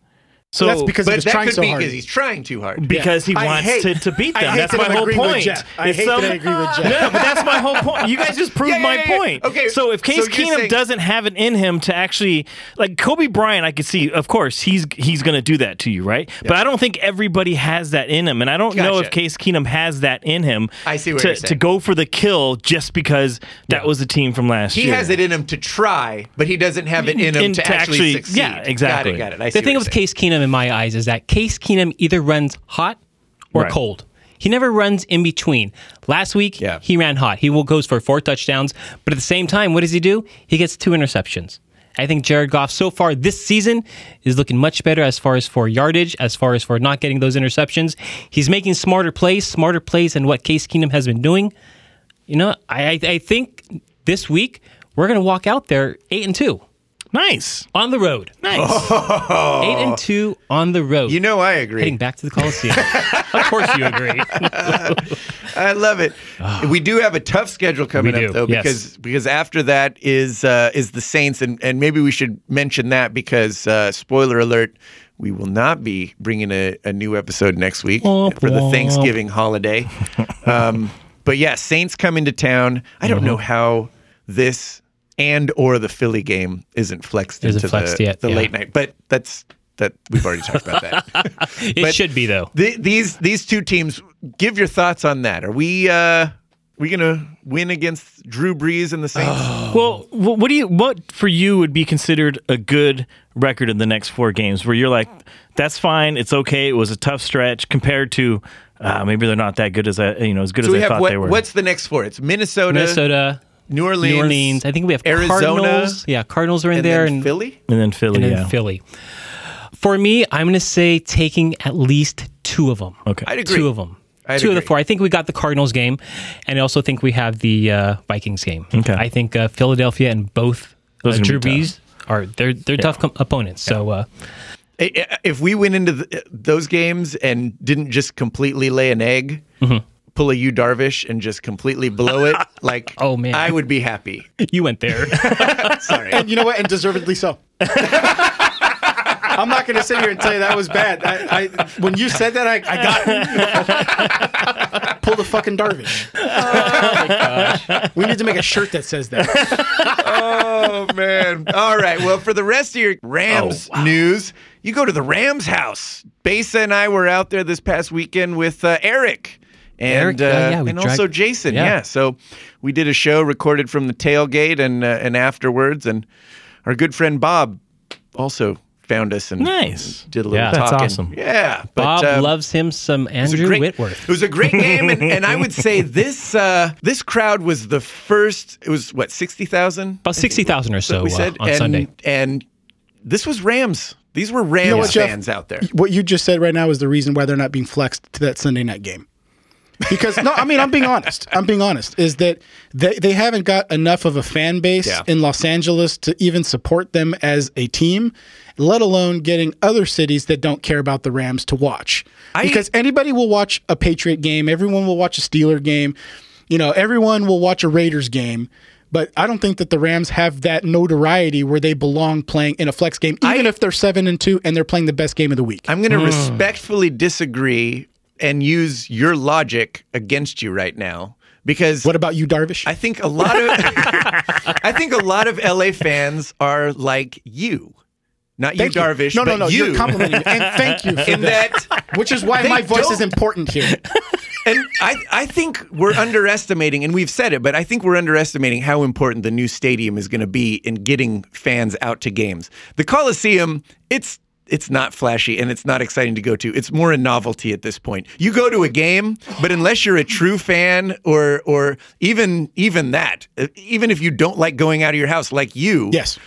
S3: So
S4: that's because he
S1: But
S4: was
S1: that
S4: trying
S1: could
S4: so
S1: be
S4: hard.
S1: because he's trying too hard.
S3: because he
S4: I
S3: wants
S4: hate-
S3: to, to beat
S4: I
S3: them.
S4: hate
S3: that's
S4: that
S3: my
S4: I'm
S3: whole
S4: agreeing with
S3: point.
S4: Jeff. I
S3: It's
S4: hate
S3: some-
S4: that I agree with
S3: [laughs]
S4: Jeff.
S3: No, but that's my whole point. You guys just proved
S1: Yeah, yeah,
S3: my
S1: yeah, yeah.
S3: point.
S1: Okay,
S3: so if Case
S1: so you're
S3: Keenum
S1: saying-
S3: doesn't have it in him to actually like Kobe Bryant, I could see. Of course, he's he's going to do that to you, right? But I don't think everybody has that in him, and I don't know
S1: Gotcha.
S3: if Case Keenum has that in him.
S1: I see what
S3: to,
S1: you're
S3: to
S1: saying.
S3: go for the kill just because that was the team from last
S1: He
S3: year.
S1: has it in him to try, but he doesn't have it in him
S3: In-
S1: to,
S3: to
S1: actually,
S3: actually-
S1: succeed.
S3: yeah, exactly.
S1: Got it. Got it. I see
S2: the thing
S1: what
S2: with
S1: you're
S2: Case Keenum in my eyes is that Case Keenum either runs hot or
S3: Right.
S2: cold. He never runs in between. Last week,
S1: Yeah.
S2: he ran hot. He will goes for four touchdowns, but at the same time, what does he do? He gets two interceptions. I think Jared Goff so far this season is looking much better as far as for yardage, as far as for not getting those interceptions. He's making smarter plays, smarter plays than what Case Keenum has been doing. You know, I, I, I think this week we're going to walk out there eight and two
S3: nice,
S2: on the road.
S3: nice.
S2: Eight and two on the road.
S1: Oh. You know, I agree.
S2: heading back to
S1: [laughs]
S2: the Coliseum. of course, you agree.
S1: I love it. we do have a tough schedule coming
S2: Ah. We
S1: up
S2: do,
S1: though,
S2: yes.
S1: because because after that is uh, is the Saints, and and maybe we should mention that because uh, spoiler alert. We will not be bringing a, a new episode next week for the
S2: womp.
S1: Thanksgiving holiday. Um, but yeah, Saints come into town. I don't
S2: Mm-hmm.
S1: know how this and or the Philly game isn't flexed
S2: Isn't
S1: into
S2: flexed
S1: the,
S2: yet,
S1: the
S2: yeah.
S1: late night, but that's that we've already talked about that.
S2: [laughs] It should be though.
S1: Th- these these two teams. Give your thoughts on that. Are we uh, we gonna win against Drew Brees and the Saints?
S2: Oh,
S3: Well, wh- what do you what for you would be considered a good record in the next four games? Where you're like, that's fine, it's okay. It was a tough stretch compared to uh, maybe they're not that good as I you know as good
S1: so
S3: as
S1: we
S3: I
S1: have
S3: thought they
S1: what,
S3: were.
S1: what's the next four? It's Minnesota,
S2: Minnesota,
S1: New Orleans,
S2: New Orleans. I think we have
S1: Arizona,
S2: Cardinals. Yeah, Cardinals are in
S1: and
S2: there,
S1: then
S2: and
S1: Philly.
S3: and then Philly,
S2: and then
S3: yeah.
S2: Philly. For me, I'm going to say taking at least two of them.
S3: Okay.
S1: I'd agree.
S2: Two of them.
S1: I'd
S2: two of the
S1: agree.
S2: four. I think we got the Cardinals game, and I also think we have the uh, Vikings game.
S3: Okay.
S2: I think uh, Philadelphia and both uh,
S3: Those are
S2: Drew
S3: gonna be
S2: Brees are they're they're tough com- opponents. So uh,
S1: I- I- If we went into th those games and didn't just completely lay an egg.
S2: Mm-hmm.
S1: Pull a U Darvish and just completely blow
S2: [laughs]
S1: it. Like,
S2: Oh, man.
S1: I would be happy.
S2: you went there.
S1: Sorry,
S4: And you know what? And
S1: [laughs]
S4: deservedly so. I'm not going to sit here and tell you that was bad. I, I, when you said that, I, I got
S3: [laughs]
S4: it. Pull the fucking Darvish.
S3: Oh
S4: We need to make a shirt that says that.
S1: [laughs] Oh man. All right. Well, for the rest of your Rams
S2: Oh,
S1: news, you go to the Rams house. Besa and I were out there this past weekend with uh, Eric. And
S2: Eric, uh,
S1: uh,
S2: yeah, we
S1: and
S2: dragged-
S1: also Jason, yeah.
S2: yeah.
S1: So we did a show recorded from the tailgate and uh, and afterwards, and our good friend Bob also found us and
S3: [laughs] Nice.
S1: did a little
S2: Yeah.
S1: talking.
S2: That's awesome.
S1: Yeah, but,
S2: Bob
S1: um,
S2: loves him some
S1: it was a
S2: Andrew
S1: great-
S2: Whitworth.
S1: It was a great game, and, and I would say this uh, this crowd was the first. It was what sixty
S2: [laughs]
S1: thousand
S2: About sixty thousand or so
S1: we
S2: uh,
S1: said
S2: on
S1: and,
S2: Sunday.
S1: And this was Rams. These were Rams
S4: know what, Jeff?
S1: fans out there.
S4: What you just said right now is the reason why they're not being flexed to that Sunday night game. Because no, I mean I'm being honest. I'm being honest. Is that they, they haven't got enough of a fan base
S1: Yeah.
S4: in Los Angeles to even support them as a team, let alone getting other cities that don't care about the Rams to watch. because anybody will watch a Patriot game, everyone will watch a Steeler game, you know, everyone will watch a Raiders game. But I don't think that the Rams have that notoriety where they belong playing in a flex game, even if they're seven and two and they're playing the best game of the week.
S1: I'm going
S2: Mm.
S1: to respectfully disagree and use your logic against you right now because
S4: what about you, Darvish?
S1: I think a lot of [laughs] I think a lot of LA fans are like you, not you,
S4: Thank
S1: Darvish.
S4: No,
S1: but
S4: no, no.
S1: You
S4: You're complimenting me, and thank
S1: [laughs]
S4: you for
S1: in
S4: that.
S1: that
S4: Which is why
S1: They
S4: my voice is
S1: don't-
S4: important
S1: [laughs]
S4: here.
S1: and I, I think we're underestimating, and we've said it, but I think we're underestimating how important the new stadium is going to be in getting fans out to games. The Coliseum, it's it's not flashy and it's not exciting to go to. It's more a novelty at this point. You go to a game, but unless you're a true fan or or even even that, uh, even if you don't like going out of your house like you,
S4: Yes.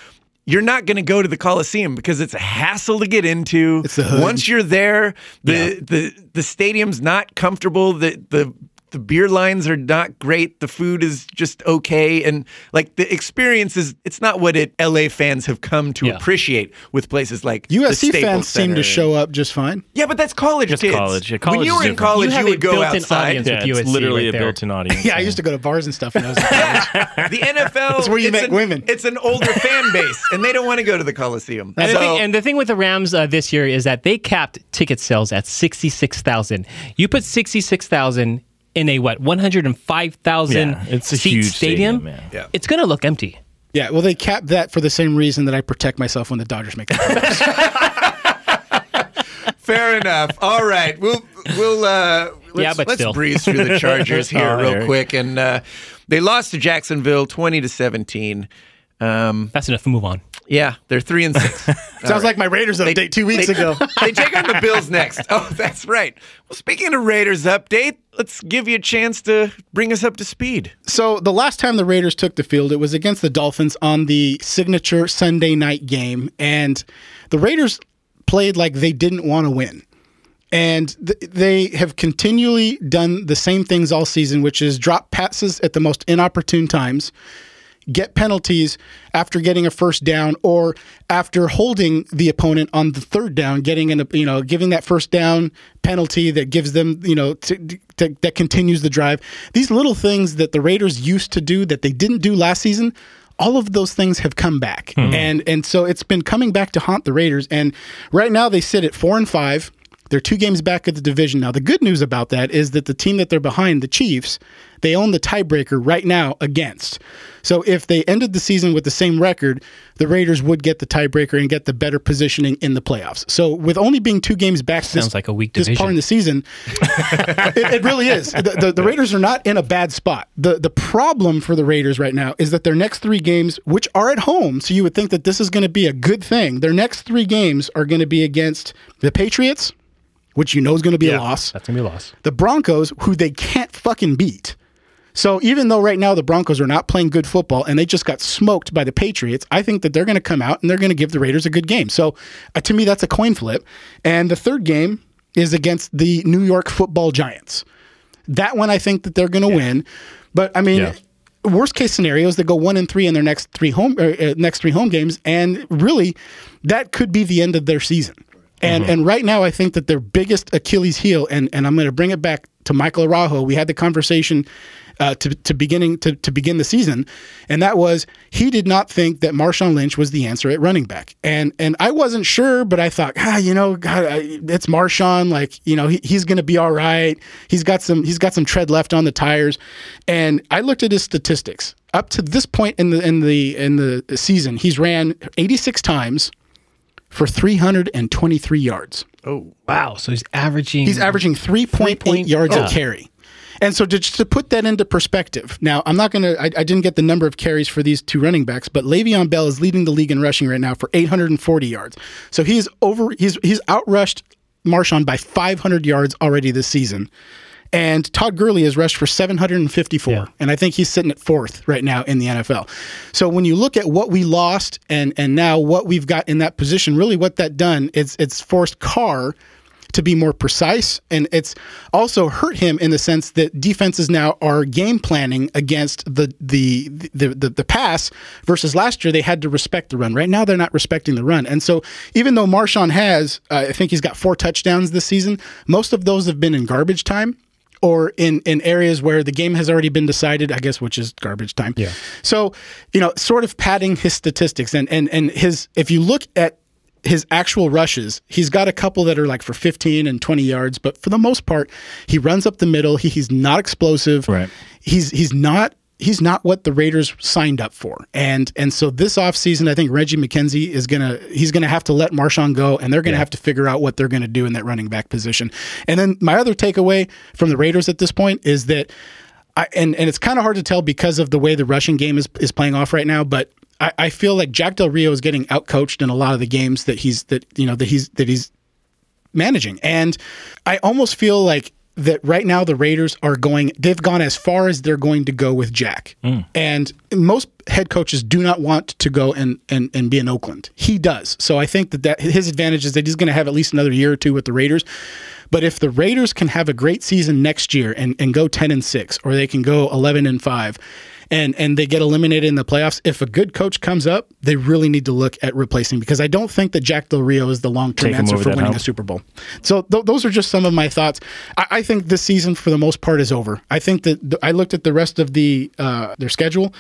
S1: you're not going to go to the Coliseum because it's a hassle to get into.
S4: It's the hood.
S1: Once you're there, the the the stadium's not comfortable. The the The beer lines are not great. The food is just okay. And like the experience is, it's not what it LA fans have come to
S2: Yeah.
S1: appreciate with places like the
S4: USC
S1: Staples
S4: fans seem
S1: Center.
S4: to show up just fine.
S1: Yeah, but that's college
S3: Just
S1: kids.
S3: college. Yeah,
S1: when
S3: college
S1: you
S3: is
S1: were in
S3: different.
S1: college,
S2: You
S1: you,
S2: have a
S1: would go
S2: built-in
S1: outside.
S2: audience.
S3: Yeah,
S2: With
S3: it's
S2: USC
S3: literally
S2: right
S3: a
S2: there.
S3: built-in
S1: [laughs]
S3: audience.
S4: Yeah, I used to go to bars and stuff. When I was a
S1: The NFL. That's
S4: where you make
S1: an,
S4: women.
S1: It's an older fan base, and they don't want to go to the Coliseum.
S2: And, the
S1: So-
S2: thing, and the thing with the Rams uh, this year is that they capped ticket sales at 66,000. You put 66,000 in a what, 105,000
S3: Yeah, it's a
S2: seat
S3: huge
S2: stadium?
S3: stadium, man.
S1: Yeah.
S2: It's going to look empty.
S4: yeah, well, they cap that for the same reason that I protect myself when the Dodgers make
S1: [laughs]
S4: the playoffs.
S1: Fair enough. All right, we'll we'll uh, let's,
S2: Yeah, but
S1: let's
S2: still.
S1: breeze through the
S2: [laughs]
S1: Chargers here
S3: Oh,
S1: real
S3: Eric.
S1: quick, and uh, they lost to Jacksonville twenty to seventeen. Um,
S2: That's enough. Move on.
S1: yeah, they're three and
S2: [laughs]
S1: six.
S4: Sounds like my Raiders update two weeks ago.
S1: [laughs] they take on the Bills next. Oh, that's right. Well, speaking of Raiders update, let's give you a chance to bring us up to speed.
S4: So the last time the Raiders took the field, it was against the Dolphins on the signature Sunday night game, and the Raiders played like they didn't want to win. And th- they have continually done the same things all season, which is drop passes at the most inopportune times, get penalties after getting a first down or after holding the opponent on the third down, getting an you know giving that first down penalty that gives them you know to, to, that continues the drive. These little things that the Raiders used to do that they didn't do last season. All of those things have come back, and and so it's been coming back to haunt the Raiders. And right now they sit at four and five. They're two games back at the division now. The good news about that is that the team that they're behind, the Chiefs, they own the tiebreaker right now against. So if they ended the season with the same record, the Raiders would get the tiebreaker and get the better positioning in the playoffs. So with only being two games back,
S2: Sounds
S4: this,
S2: like a weak
S4: this
S2: division.
S4: part in the season, it, it really is. The, the, the Raiders are not in a bad spot. The the problem for the Raiders right now is that their next three games, which are at home, so you would think that this is going to be a good thing. Their next three games are going to be against the Patriots, which you know is going to be a loss.
S2: That's going to be a loss.
S4: The Broncos, who they can't fucking beat. So even though right now the Broncos are not playing good football and they just got smoked by the Patriots, I think that they're going to come out and they're going to give the Raiders a good game. So uh, to me, that's a coin flip. And the third game is against the New York Football Giants. That one, I think that they're going to win. But I mean.
S3: Yeah.
S4: Worst case scenarios, they go one and three in their next three home or, uh, next three home games, and really, that could be the end of their season. And and right now, I think that their biggest Achilles heel, and and I'm going to bring it back to Michael Araujo. We had the conversation uh, to to beginning to, to begin the season, and that was he did not think that Marshawn Lynch was the answer at running back, and and I wasn't sure, but I thought, ah, you know, God, I, it's Marshawn, like you know, he, he's going to be all right. He's got some he's got some tread left on the tires, and I looked at his statistics up to this point in the in the in the season, he's ran 86 times for 323 yards.
S2: Oh, Wow. So he's averaging.
S4: He's averaging 3.8 yards a carry. And so to, just to put that into perspective, now I'm not going to, I I didn't get the number of carries for these two running backs, but Le'Veon Bell is leading the league in rushing right now for 840 yards. So he's over, he's, he's outrushed Marshawn by 500 yards already this season. And Todd Gurley has rushed for 754. And I think he's sitting at fourth right now in the NFL. So when you look at what we lost and, and now what we've got in that position, really what that done, it's, it's forced Carr to be more precise. And it's also hurt him in the sense that defenses now are game planning against the the the, the, the pass versus last year they had to respect the run. Right now they're not respecting the run. And so even though Marshawn has, uh, I think he's got four touchdowns this season, most of those have been in garbage time or in in areas where the game has already been decided, I guess, which is garbage time. Yeah. So, you know, sort of padding his statistics and and and his if you look at his actual rushes, he's got a couple that are like for 15 and 20 yards, but for the most part, he runs up the middle. He, he's not explosive.
S3: Right.
S4: He's he's not he's not what the Raiders signed up for. And and so this offseason, I think Reggie McKenzie is gonna he's gonna have to let Marshawn go and they're gonna have to figure out what they're gonna do in that running back position. And then my other takeaway from the Raiders at this point is that I, and and it's kind of hard to tell because of the way the rushing game is is playing off right now, but I, I feel like Jack Del Rio is getting outcoached in a lot of the games that he's that you know that he's that he's managing. And I almost feel like that right now the Raiders are going, they've gone as far as they're going to go with Jack.
S3: Mm.
S4: And most head coaches do not want to go and, and, and be in Oakland. He does. So I think that, that his advantage is that he's going to have at least another year or two with the Raiders. But if the Raiders can have a great season next year and, and go 10 and 6, or they can go 11 and 5, and, and they get eliminated in the playoffs, if a good coach comes up, they really need to look at replacing because I don't think that Jack Del Rio is the long term
S3: Take him
S4: answer
S3: over
S4: for
S3: that
S4: winning
S3: hump.
S4: a Super Bowl. So th- those are just some of my thoughts. I-, I think this season, for the most part, is over. I think that th- I looked at the rest of the uh, their schedule.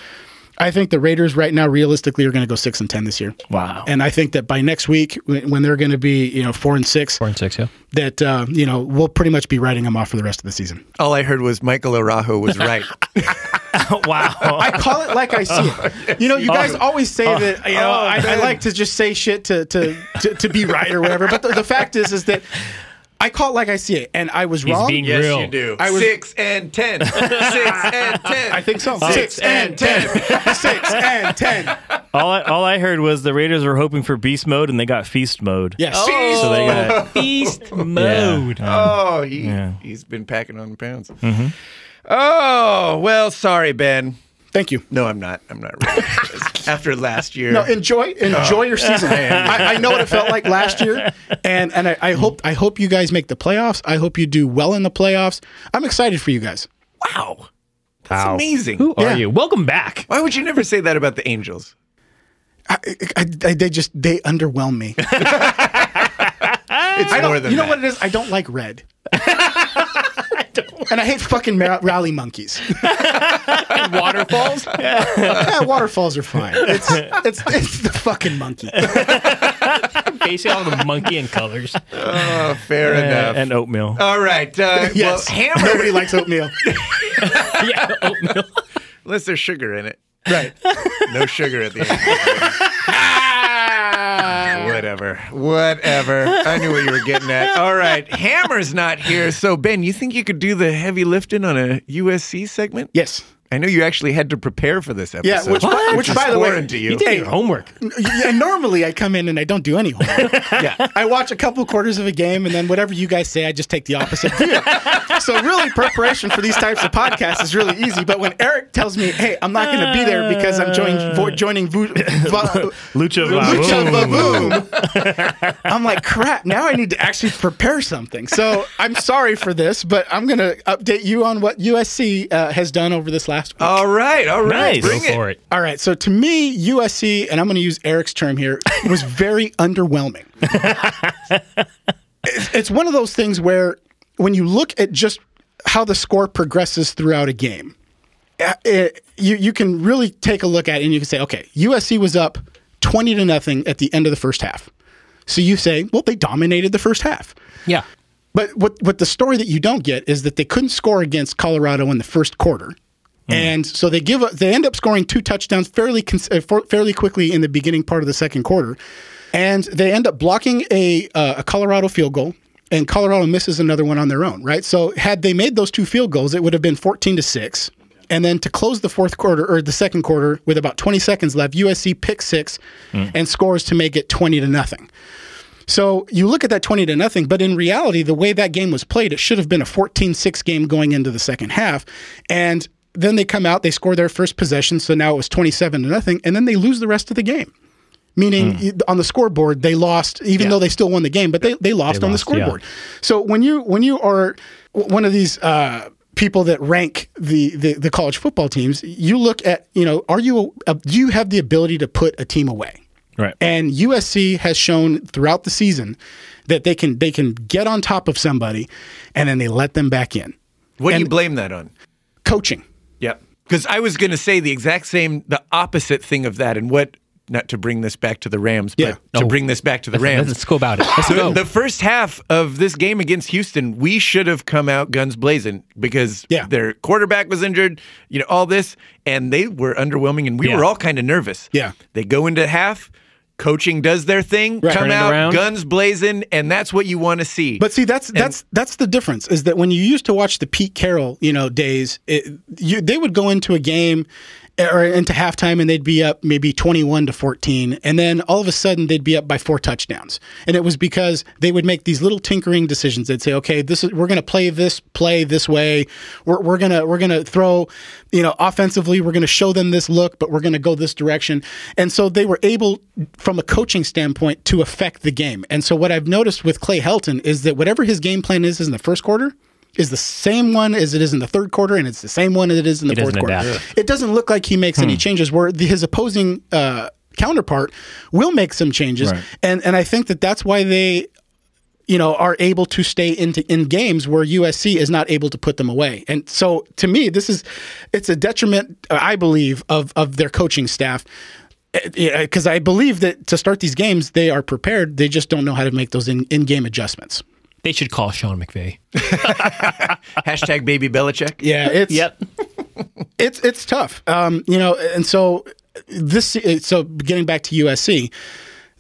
S4: I think the Raiders right now, realistically, are going to go six and ten this year.
S3: Wow.
S4: And I think that by next week, when when they're going to be you know four and six,
S2: Four and six, yeah.
S4: that uh, you know we'll pretty much be writing them off for the rest of the season.
S1: All I heard was Michael Araujo was right.
S3: [laughs] wow.
S4: I call it like I see
S2: [laughs] Oh,
S4: it. You know, you guys always say that. You know, I, I like to just say shit to to to, to be right or whatever. But the, the fact is, is that I call it like I see it, and I was wrong.
S1: [laughs]
S2: being
S1: yes,
S2: real.
S1: you do.
S4: I was-
S1: Six and ten. [laughs] Six and ten. Um,
S4: I think so.
S1: Six and ten.
S4: [laughs] Six and ten.
S3: all I, all I heard was the Raiders were hoping for beast mode and they got feast mode.
S4: Yes.
S3: So they got
S2: Feast mode.
S1: Oh, he, he's been packing on pounds.
S2: Mm-hmm.
S1: Oh, well, sorry, Ben.
S4: Thank you.
S1: No, I'm not. I'm not
S4: [laughs]
S1: really. After last year.
S4: No, enjoy enjoy
S1: [laughs]
S4: your season. I, I know what it felt like last year, and and I, I hope I hope you guys make the playoffs. I hope you do well in the playoffs. I'm excited for you guys.
S1: wow. That's amazing.
S2: Who are
S4: Yeah.
S2: you? Welcome back.
S1: Why would you never say that about the Angels?
S4: I, I, I- they just they
S1: [laughs]
S4: underwhelm me.
S1: It's
S4: I
S1: more
S4: don't,
S1: than
S4: you know
S1: that.
S4: what it is? I don't like
S1: [laughs]
S4: red. And I hate fucking mar- rally
S1: [laughs]
S4: monkeys.
S2: Waterfalls.
S4: yeah, waterfalls are fine. It's, it's it's the
S1: [laughs]
S4: fucking monkey.
S2: Basically, all the monkey in colors.
S1: Oh, fair enough.
S3: and oatmeal.
S1: All right. Uh,
S4: [laughs] Yes,
S1: Well, hammer.
S4: Nobody likes oatmeal.
S2: yeah, oatmeal.
S1: Unless there's sugar in it. [laughs] Right. no sugar at the
S4: [laughs]
S1: end. Whatever. Whatever. I knew what you were getting at. All right. Hammer's not here. So, Ben, you think you could do the heavy lifting on a USC segment?
S4: Yes.
S1: I know you actually had to prepare for this episode.
S4: Yeah, which, by, which
S1: is
S4: by the way,
S1: foreign to
S2: You
S1: you.
S2: did your homework.
S4: and normally I come in and I don't do any
S2: [laughs]
S4: homework.
S1: Yeah.
S4: I watch a couple quarters of a game, and then whatever you guys say, I just take the
S2: [laughs]
S4: opposite view. so really, preparation for these types of podcasts is really easy. But when Eric tells me, "Hey, I'm not going to be there because I'm joining
S2: Uh.
S4: vo- joining
S2: [laughs]
S4: Vu- Va-
S3: Lucha
S4: Lucha
S3: Vaboom.
S4: Vaboom. I'm like, crap, now I need to actually prepare something. So I'm sorry for this, but I'm going to update you on what USC uh, has done over this last week.
S1: All right. All right.
S3: Nice.
S1: Bring
S2: Go for it.
S4: All right. So to me, USC, and I'm going to use Eric's term here, was very underwhelming. It's- it's one of those things where when you look at just how the score progresses throughout a game, uh, it, you you can really take a look at it and you can say, okay, USC was up 20 to nothing at the end of the first half. So you say, well, they dominated the first half.
S2: Yeah.
S4: But what what the story that you don't get is that they couldn't score against Colorado in the first quarter, and so they give up, they end up scoring two touchdowns fairly cons- uh, for- fairly quickly in the beginning part of the second quarter, and they end up blocking a uh, a Colorado field goal. And Colorado misses another one on their own, right? So had they made those two field goals, it would have been fourteen to six. And then to close the fourth quarter or the second quarter with about twenty seconds left, USC picks six and scores to make it twenty to nothing. So you look at that 20 to nothing, but in reality, the way that game was played, it should have been a 14 6 game going into the second half. And then they come out, they score their first possession. So now it was 27 to nothing. And then they lose the rest of the game. Meaning y- on the scoreboard, they lost, even though they still won the game, but they, they lost on the scoreboard. So when you when you are w- one of these uh, people that rank the, the the college football teams, you look at you know are you a, do you have the ability to put a team away?
S3: Right.
S4: And USC has shown throughout the season that they can they can get on top of somebody and then they let them back in.
S1: What do you blame that on?
S4: Coaching.
S1: Yep. Because I was going to say the exact same, the opposite thing of that. And what, not to bring this back to the Rams,
S4: Yeah.
S1: but to bring this back to the Rams.
S2: Let's go about [laughs] it. Let's
S1: So
S2: go.
S1: the first half of this game against Houston, we should have come out guns blazing because
S4: Yeah.
S1: their quarterback was injured, you know, all this, and they were underwhelming, and we were all kind of nervous.
S4: Yeah.
S1: They go into half, coaching does their thing, come
S2: Turn it
S1: out
S2: around.
S1: guns blazing, and that's what you want to see.
S4: But see, that's that's that's the difference is that when you used to watch the Pete Carroll, you know, days, it, you, they would go into a game eh, or into halftime and they'd be up maybe 21 to 14 and then all of a sudden they'd be up by four touchdowns and it was because they would make these little tinkering decisions they'd say okay this is we're going to play this play this way we're, we're going to we're going to throw you know offensively we're going to show them this look but we're going to go this direction and so they were able from a coaching standpoint to affect the game and so what i've noticed with clay helton is that whatever his game plan is in the first quarter is the same one as it is in the third quarter, and it's the same one as it is in the
S2: He doesn't
S4: fourth quarter.
S2: adapt. Hmm.
S4: It doesn't look like he makes any changes. Where the, his opposing uh, counterpart will make some changes, and and I think that that's why they. You know, are able to stay into in games where USC is not able to put them away, and so to me, this is it's a detriment, I believe, of of their coaching staff, because I believe that to start these games they are prepared, they just don't know how to make those in in game adjustments.
S2: They should call Sean McVay.
S1: Hashtag baby Belichick.
S4: Yeah, it's it's it's tough. Um, you know, and so this so getting back to USC,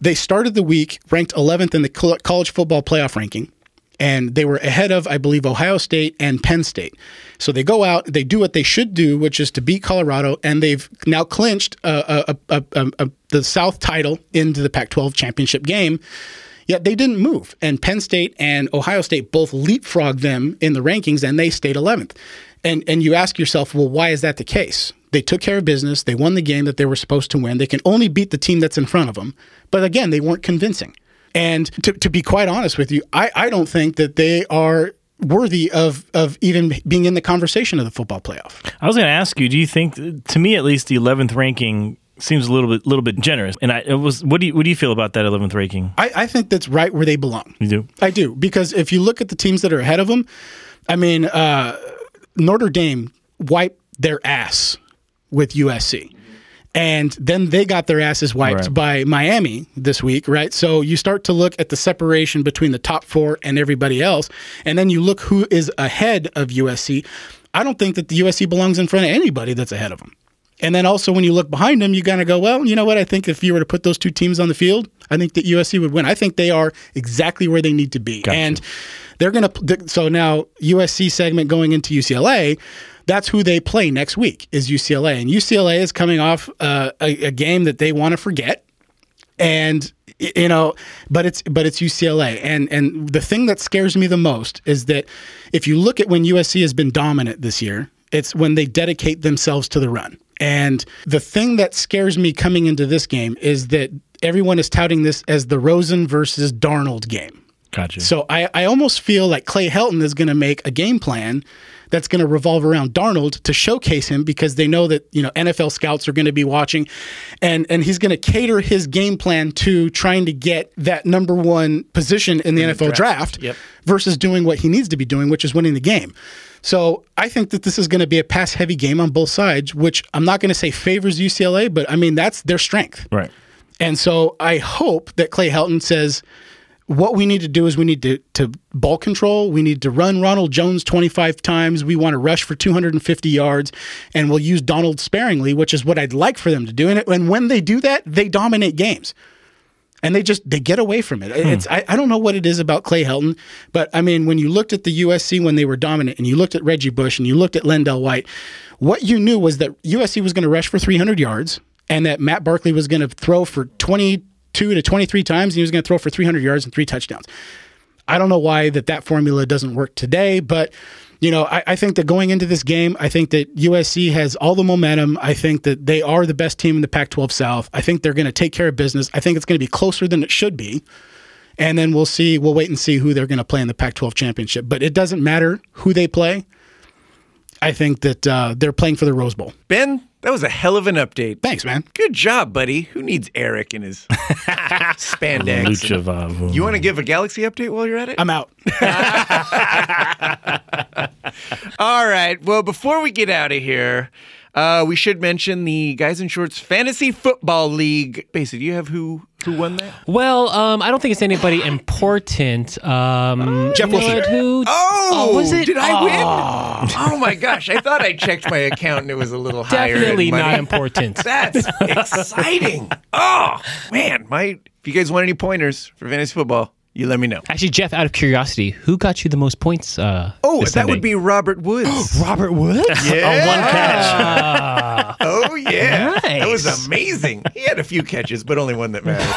S4: they started the week ranked 11th in the col- college football playoff ranking. And they were ahead of, I believe, Ohio State and Penn State. So they go out, they do what they should do, which is to beat Colorado, and they've now clinched uh, a, a, a, a, the South title into the Pac 12 championship game. Yet they didn't move. And Penn State and Ohio State both leapfrogged them in the rankings and they stayed 11th. And, and you ask yourself, well, why is that the case? They took care of business. They won the game that they were supposed to win. They can only beat the team that's in front of them. But again, they weren't convincing. And to, to be quite honest with you, I, I don't think that they are worthy of, of even being in the conversation of the football playoff.
S3: I was going to ask you, do you think, to me at least, the 11th ranking seems a little bit, little bit generous? And I it was, what do you, what do you feel about that 11th ranking?
S4: I, I think that's right where they belong.
S3: You do?
S4: I do because if you look at the teams that are ahead of them, I mean, uh, Notre Dame wiped their ass with USC, and then they got their asses wiped
S3: Right.
S4: by Miami this week, right? So you start to look at the separation between the top four and everybody else, and then you look who is ahead of USC. I don't think that the USC belongs in front of anybody that's ahead of them. And then also when you look behind them, you kind of go, well, you know what? I think if you were to put those two teams on the field, I think that USC would win. I think they are exactly where they need to be. And they're going to so now USC segment going into UCLA, that's who they play next week is UCLA. And UCLA is coming off uh, a, a game that they want to forget and y- you know but it's but it's UCLA and and the thing that scares me the most is that if you look at when USC has been dominant this year it's when they dedicate themselves to the run and the thing that scares me coming into this game is that everyone is touting this as the Rosen versus Darnold game
S3: Gotcha.
S4: so I, I almost feel like Clay Helton is going to make a game plan that's going to revolve around Darnold to showcase him because they know that you know NFL scouts are going to be watching, and and he's going to cater his game plan to trying to get that number one position in the NFL draft, versus doing what he needs to be doing, which is winning the game. So I think that this is going to be a pass heavy game on both sides, which I'm not going to say favors UCLA, but I mean that's their strength.
S3: right.
S4: And so I hope that Clay Helton says what we need to do is we need to, to ball control. We need to run Ronald Jones 25 times. We want to rush for 250 yards, and we'll use Donald sparingly, which is what I'd like for them to do. And, it, and when they do that, they dominate games. And they just they get away from it. It's I, I don't know what it is about Clay Helton, but I mean when you looked at the USC when they were dominant, and you looked at Reggie Bush, and you looked at Lendell White, what you knew was that USC was going to rush for 300 yards, and that Matt Barkley was going to throw for 22 to 23 times, and he was going to throw for 300 yards and three touchdowns. I don't know why that that formula doesn't work today, but you know, I, I think that going into this game, I think that USC has all the momentum. I think that they are the best team in the Pac-12 South. I think they're going to take care of business. I think it's going to be closer than it should be, and then we'll see. We'll wait and see who they're going to play in the Pac-12 championship. But it doesn't matter who they play. I think that uh, they're playing for the Rose Bowl.
S1: Ben, that was a hell of an update.
S4: Thanks, man.
S1: Good job, buddy. Who needs Eric in
S2: [laughs]
S1: his spandex?
S3: Lucha Vavu.
S1: You want to give a Galaxy update while you're at it?
S4: I'm out.
S1: All right. Well, before we get out of here, uh, we should mention the Guys in Shorts Fantasy Football League. Basically, do you have who who won that?
S2: Well, um, I don't think it's anybody important. Um,
S4: Jeff
S2: you know
S4: Wilson.
S2: what, Who? uh,
S1: Oh,
S2: was it?
S1: Did I
S2: Oh.
S1: win? Oh my gosh! I thought I checked my account and it was a little higher. in
S2: Definitely
S1: money.
S2: not important.
S1: [laughs]
S2: [laughs]
S1: That's exciting. Oh man, my! If you guys want any pointers for fantasy football, you let me know.
S2: Actually, Jeff, out of curiosity, who got you the most points? Uh,
S1: Oh,
S2: this
S1: that would
S3: [gasps]
S2: Sunday?
S1: be Robert Woods.
S2: Robert Woods.
S1: yeah.
S3: One catch.
S1: Oh yeah. That
S2: Nice.
S1: was amazing. He had a few catches, but only
S3: [laughs]
S1: one that mattered.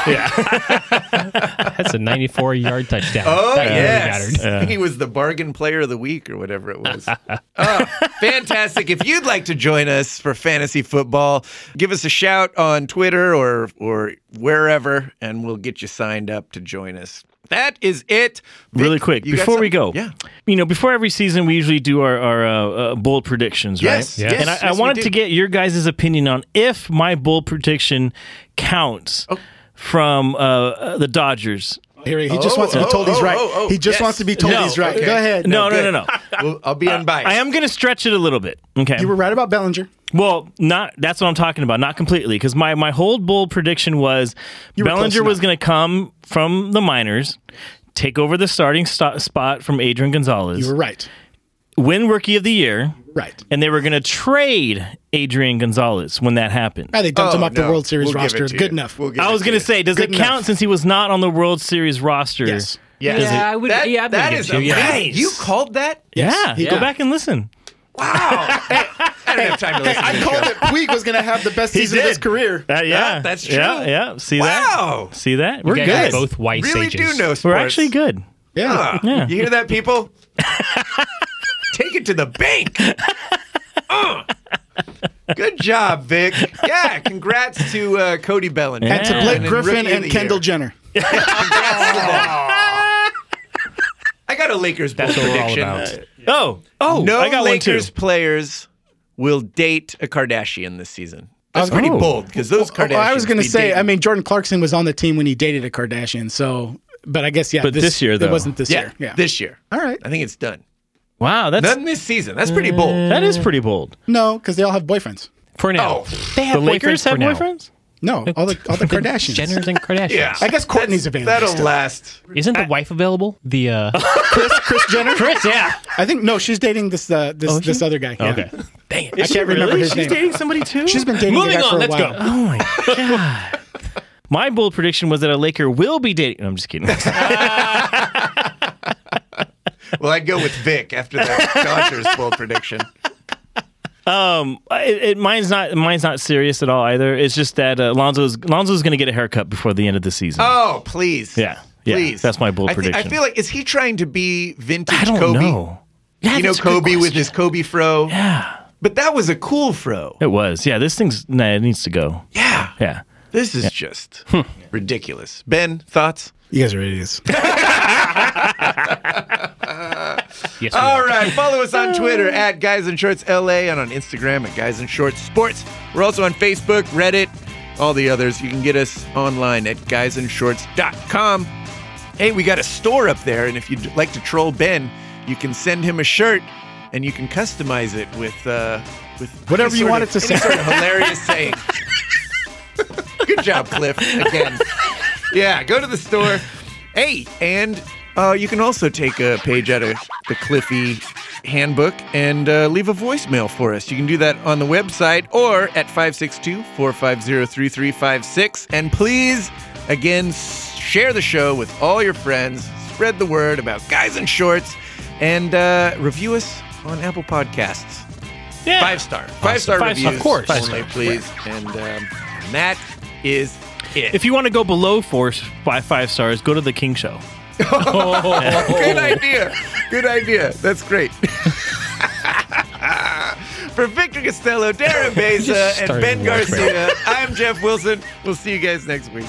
S2: That's
S1: [laughs]
S2: a 94 yard touchdown.
S1: Oh,
S2: that
S1: yes.
S2: really mattered.
S1: I think he was the bargain player of the week or whatever it was. [laughs] oh, fantastic. If you'd like to join us for fantasy football, give us a shout on Twitter or, or wherever, and we'll get you signed up to join us. That is it. Vic,
S3: Really quick,
S1: you got
S3: before we go,
S1: something? Yeah.
S3: you know, before every season, we usually do our, our uh, uh, bold predictions,
S1: Yes,
S3: right?
S1: yes,
S3: and I,
S1: yes,
S3: I
S1: we
S3: wanted
S1: do.
S3: to get your guys' opinion on if my bold prediction counts
S1: Oh.
S3: from uh, uh, the Dodgers.
S4: Here he, he just
S1: Oh,
S4: wants to be
S1: oh,
S4: told he's
S1: oh,
S4: right.
S1: oh, oh,
S4: he just
S1: yes.
S4: wants to be told
S3: No,
S4: he's right.
S1: okay.
S4: Go ahead.
S3: No, no, no,
S1: good. [laughs]
S3: no.
S1: Well, I'll be unbiased.
S3: I am going to stretch it a little bit. Okay.
S4: You were right about Bellinger.
S3: Well, not that's what I'm talking about. Not completely, because my my whole bold prediction was
S4: were close
S3: Bellinger was
S4: enough.
S3: going to come from the minors, take over the starting sto- spot from Adrian Gonzalez,
S4: You were right.
S3: win Rookie of the Year,
S4: Right.
S3: and they were going to trade Adrian Gonzalez when that happened.
S4: Ah, they dumped
S1: Oh,
S4: him off
S1: no.
S4: the World Series
S1: We'll give it
S4: roster.
S1: to
S4: Good
S1: you.
S4: enough.
S1: We'll give
S3: I
S1: it
S3: was
S1: to
S3: going
S1: you.
S3: to say, does
S4: Good
S3: it count
S4: enough.
S3: since he was not on the World Series roster?
S4: [laughs] yes.
S1: [laughs]
S3: [laughs]
S1: Yeah,
S2: Yeah, I would-
S1: That,
S2: yeah, I'd
S1: that
S2: give
S1: is
S2: it to you.
S1: amazing. You called that?
S3: Yeah,
S4: He
S3: go
S4: did.
S3: back and listen.
S1: Wow. Hey, [laughs] I don't have time to listen. to
S4: I
S1: this
S4: called
S1: show.
S4: that Puig was going to have the best season of his
S1: did.
S4: career.
S3: Uh, yeah,
S1: that's
S3: Yeah,
S1: true.
S3: yeah. See
S1: Wow.
S3: that? See that? We're
S2: You guys are
S3: good.
S2: Both white
S1: really
S2: sages.
S1: do know sports.
S3: We're actually good.
S4: Yeah.
S1: Huh. You hear that, people? Take it to the bank. Uh. Good job, Vic. Yeah, congrats to uh, Cody Bellinger.
S4: And to
S3: Yeah.
S4: Blake
S1: And then
S4: Griffin
S1: Rookie of
S4: and
S1: the
S4: Kendall
S1: Year.
S4: Jenner.
S1: Congrats to them. I got a Lakers bold
S2: That's what we're all
S1: prediction.
S2: about.
S3: Oh, oh,
S1: No
S3: I got
S1: Lakers
S3: one too.
S1: players will date a Kardashian this season. That's pretty bold because those Kardashians.
S4: Well, I was going
S1: be
S4: to say,
S1: dating.
S4: I mean, Jordan Clarkson was on the team when he dated a Kardashian. So, but I guess, yeah.
S3: But this year, though.
S4: It wasn't this
S1: yeah,
S4: year. Yeah.
S1: this year.
S4: All right.
S1: I think it's done.
S3: Wow, that's
S1: None this season. That's pretty bold.
S3: that is pretty bold.
S4: No, because they all have boyfriends.
S2: For now.
S1: Oh.
S2: They have
S3: The Lakers
S2: boyfriends
S3: have
S2: for now.
S3: boyfriends?
S4: No, all the, all the Kardashians.
S2: Jenners and
S1: [laughs]
S2: Kardashians.
S1: Yeah,
S4: I guess Courtney's available
S1: That'll
S4: still.
S1: last.
S2: Isn't the wife available? The uh
S1: [laughs]
S4: Chris, Chris Jenner.
S2: Chris, yeah.
S4: I think no, she's dating this uh, this this other guy. Yeah.
S2: Okay. Dang it.
S4: I can't remember his name.
S3: somebody too?
S4: She's been dating the
S2: Moving
S4: guy
S2: on,
S4: for a
S2: let's
S4: while.
S2: go.
S3: Oh
S4: [laughs]
S3: my god. My bold prediction was that a Laker will be dating. no, I'm just
S4: [laughs]
S3: kidding.
S1: Well, I'd go with Vic after [laughs] that Dodgers bold prediction.
S3: Uh, it, it, mine's not. Mine's not serious at all either. It's just that uh, Lonzo's Lonzo's going to get a haircut before the end of the season.
S1: Oh, please.
S3: Yeah, yeah,
S1: Please.
S3: that's my bold
S1: I thi- I
S3: prediction.
S1: feel like is he trying to be vintage
S3: I don't
S1: Kobe?
S3: know. Yeah,
S1: You know
S3: that's a good
S1: Kobe with
S3: question.
S1: his Kobe fro?
S3: Yeah,
S1: But that was a cool fro.
S3: it was. Yeah, this thing's. Nah, it needs to go.
S1: Yeah.
S3: Yeah. Hmm.
S1: This is just ridiculous. Ben, thoughts?
S4: You guys are idiots.
S2: Yes,
S1: All right, follow us on Twitter at Guys in Shorts LA and on Instagram at Guys in Shorts Sports. We're also on Facebook, Reddit, all the others. You can get us online at guysinshorts.com. Hey, we got a store up there, and if you'd like to troll Ben, you can send him a shirt and you can customize it with uh, with
S4: Whatever
S1: any
S4: you
S1: sort
S4: want
S1: of-
S4: it to
S1: any
S4: say.
S1: Sort of hilarious
S4: [laughs]
S1: saying. Good job, Cliff. Again. Yeah, go to the store. Hey, and uh, you can also take a page out of the Cliffy handbook and uh, leave a voicemail for us. You can do that on the website or at 562 450 3356. And please, again, s- share the show with all your friends, spread the word about guys in shorts, and uh, review us on Apple Podcasts.
S3: Yeah.
S1: Five star. Five star
S3: Five star.
S1: reviews.
S3: Of course. Five
S1: Only, please. And um, that is it.
S3: If you want to go below four by five stars, go to the King Show.
S1: Good idea. Good idea. That's great. [laughs] For Victor Costello, Darren Beza, and
S2: started
S1: Ben
S2: to watch,
S1: Garcia, I'm Jeff Wilson. We'll see you guys next week.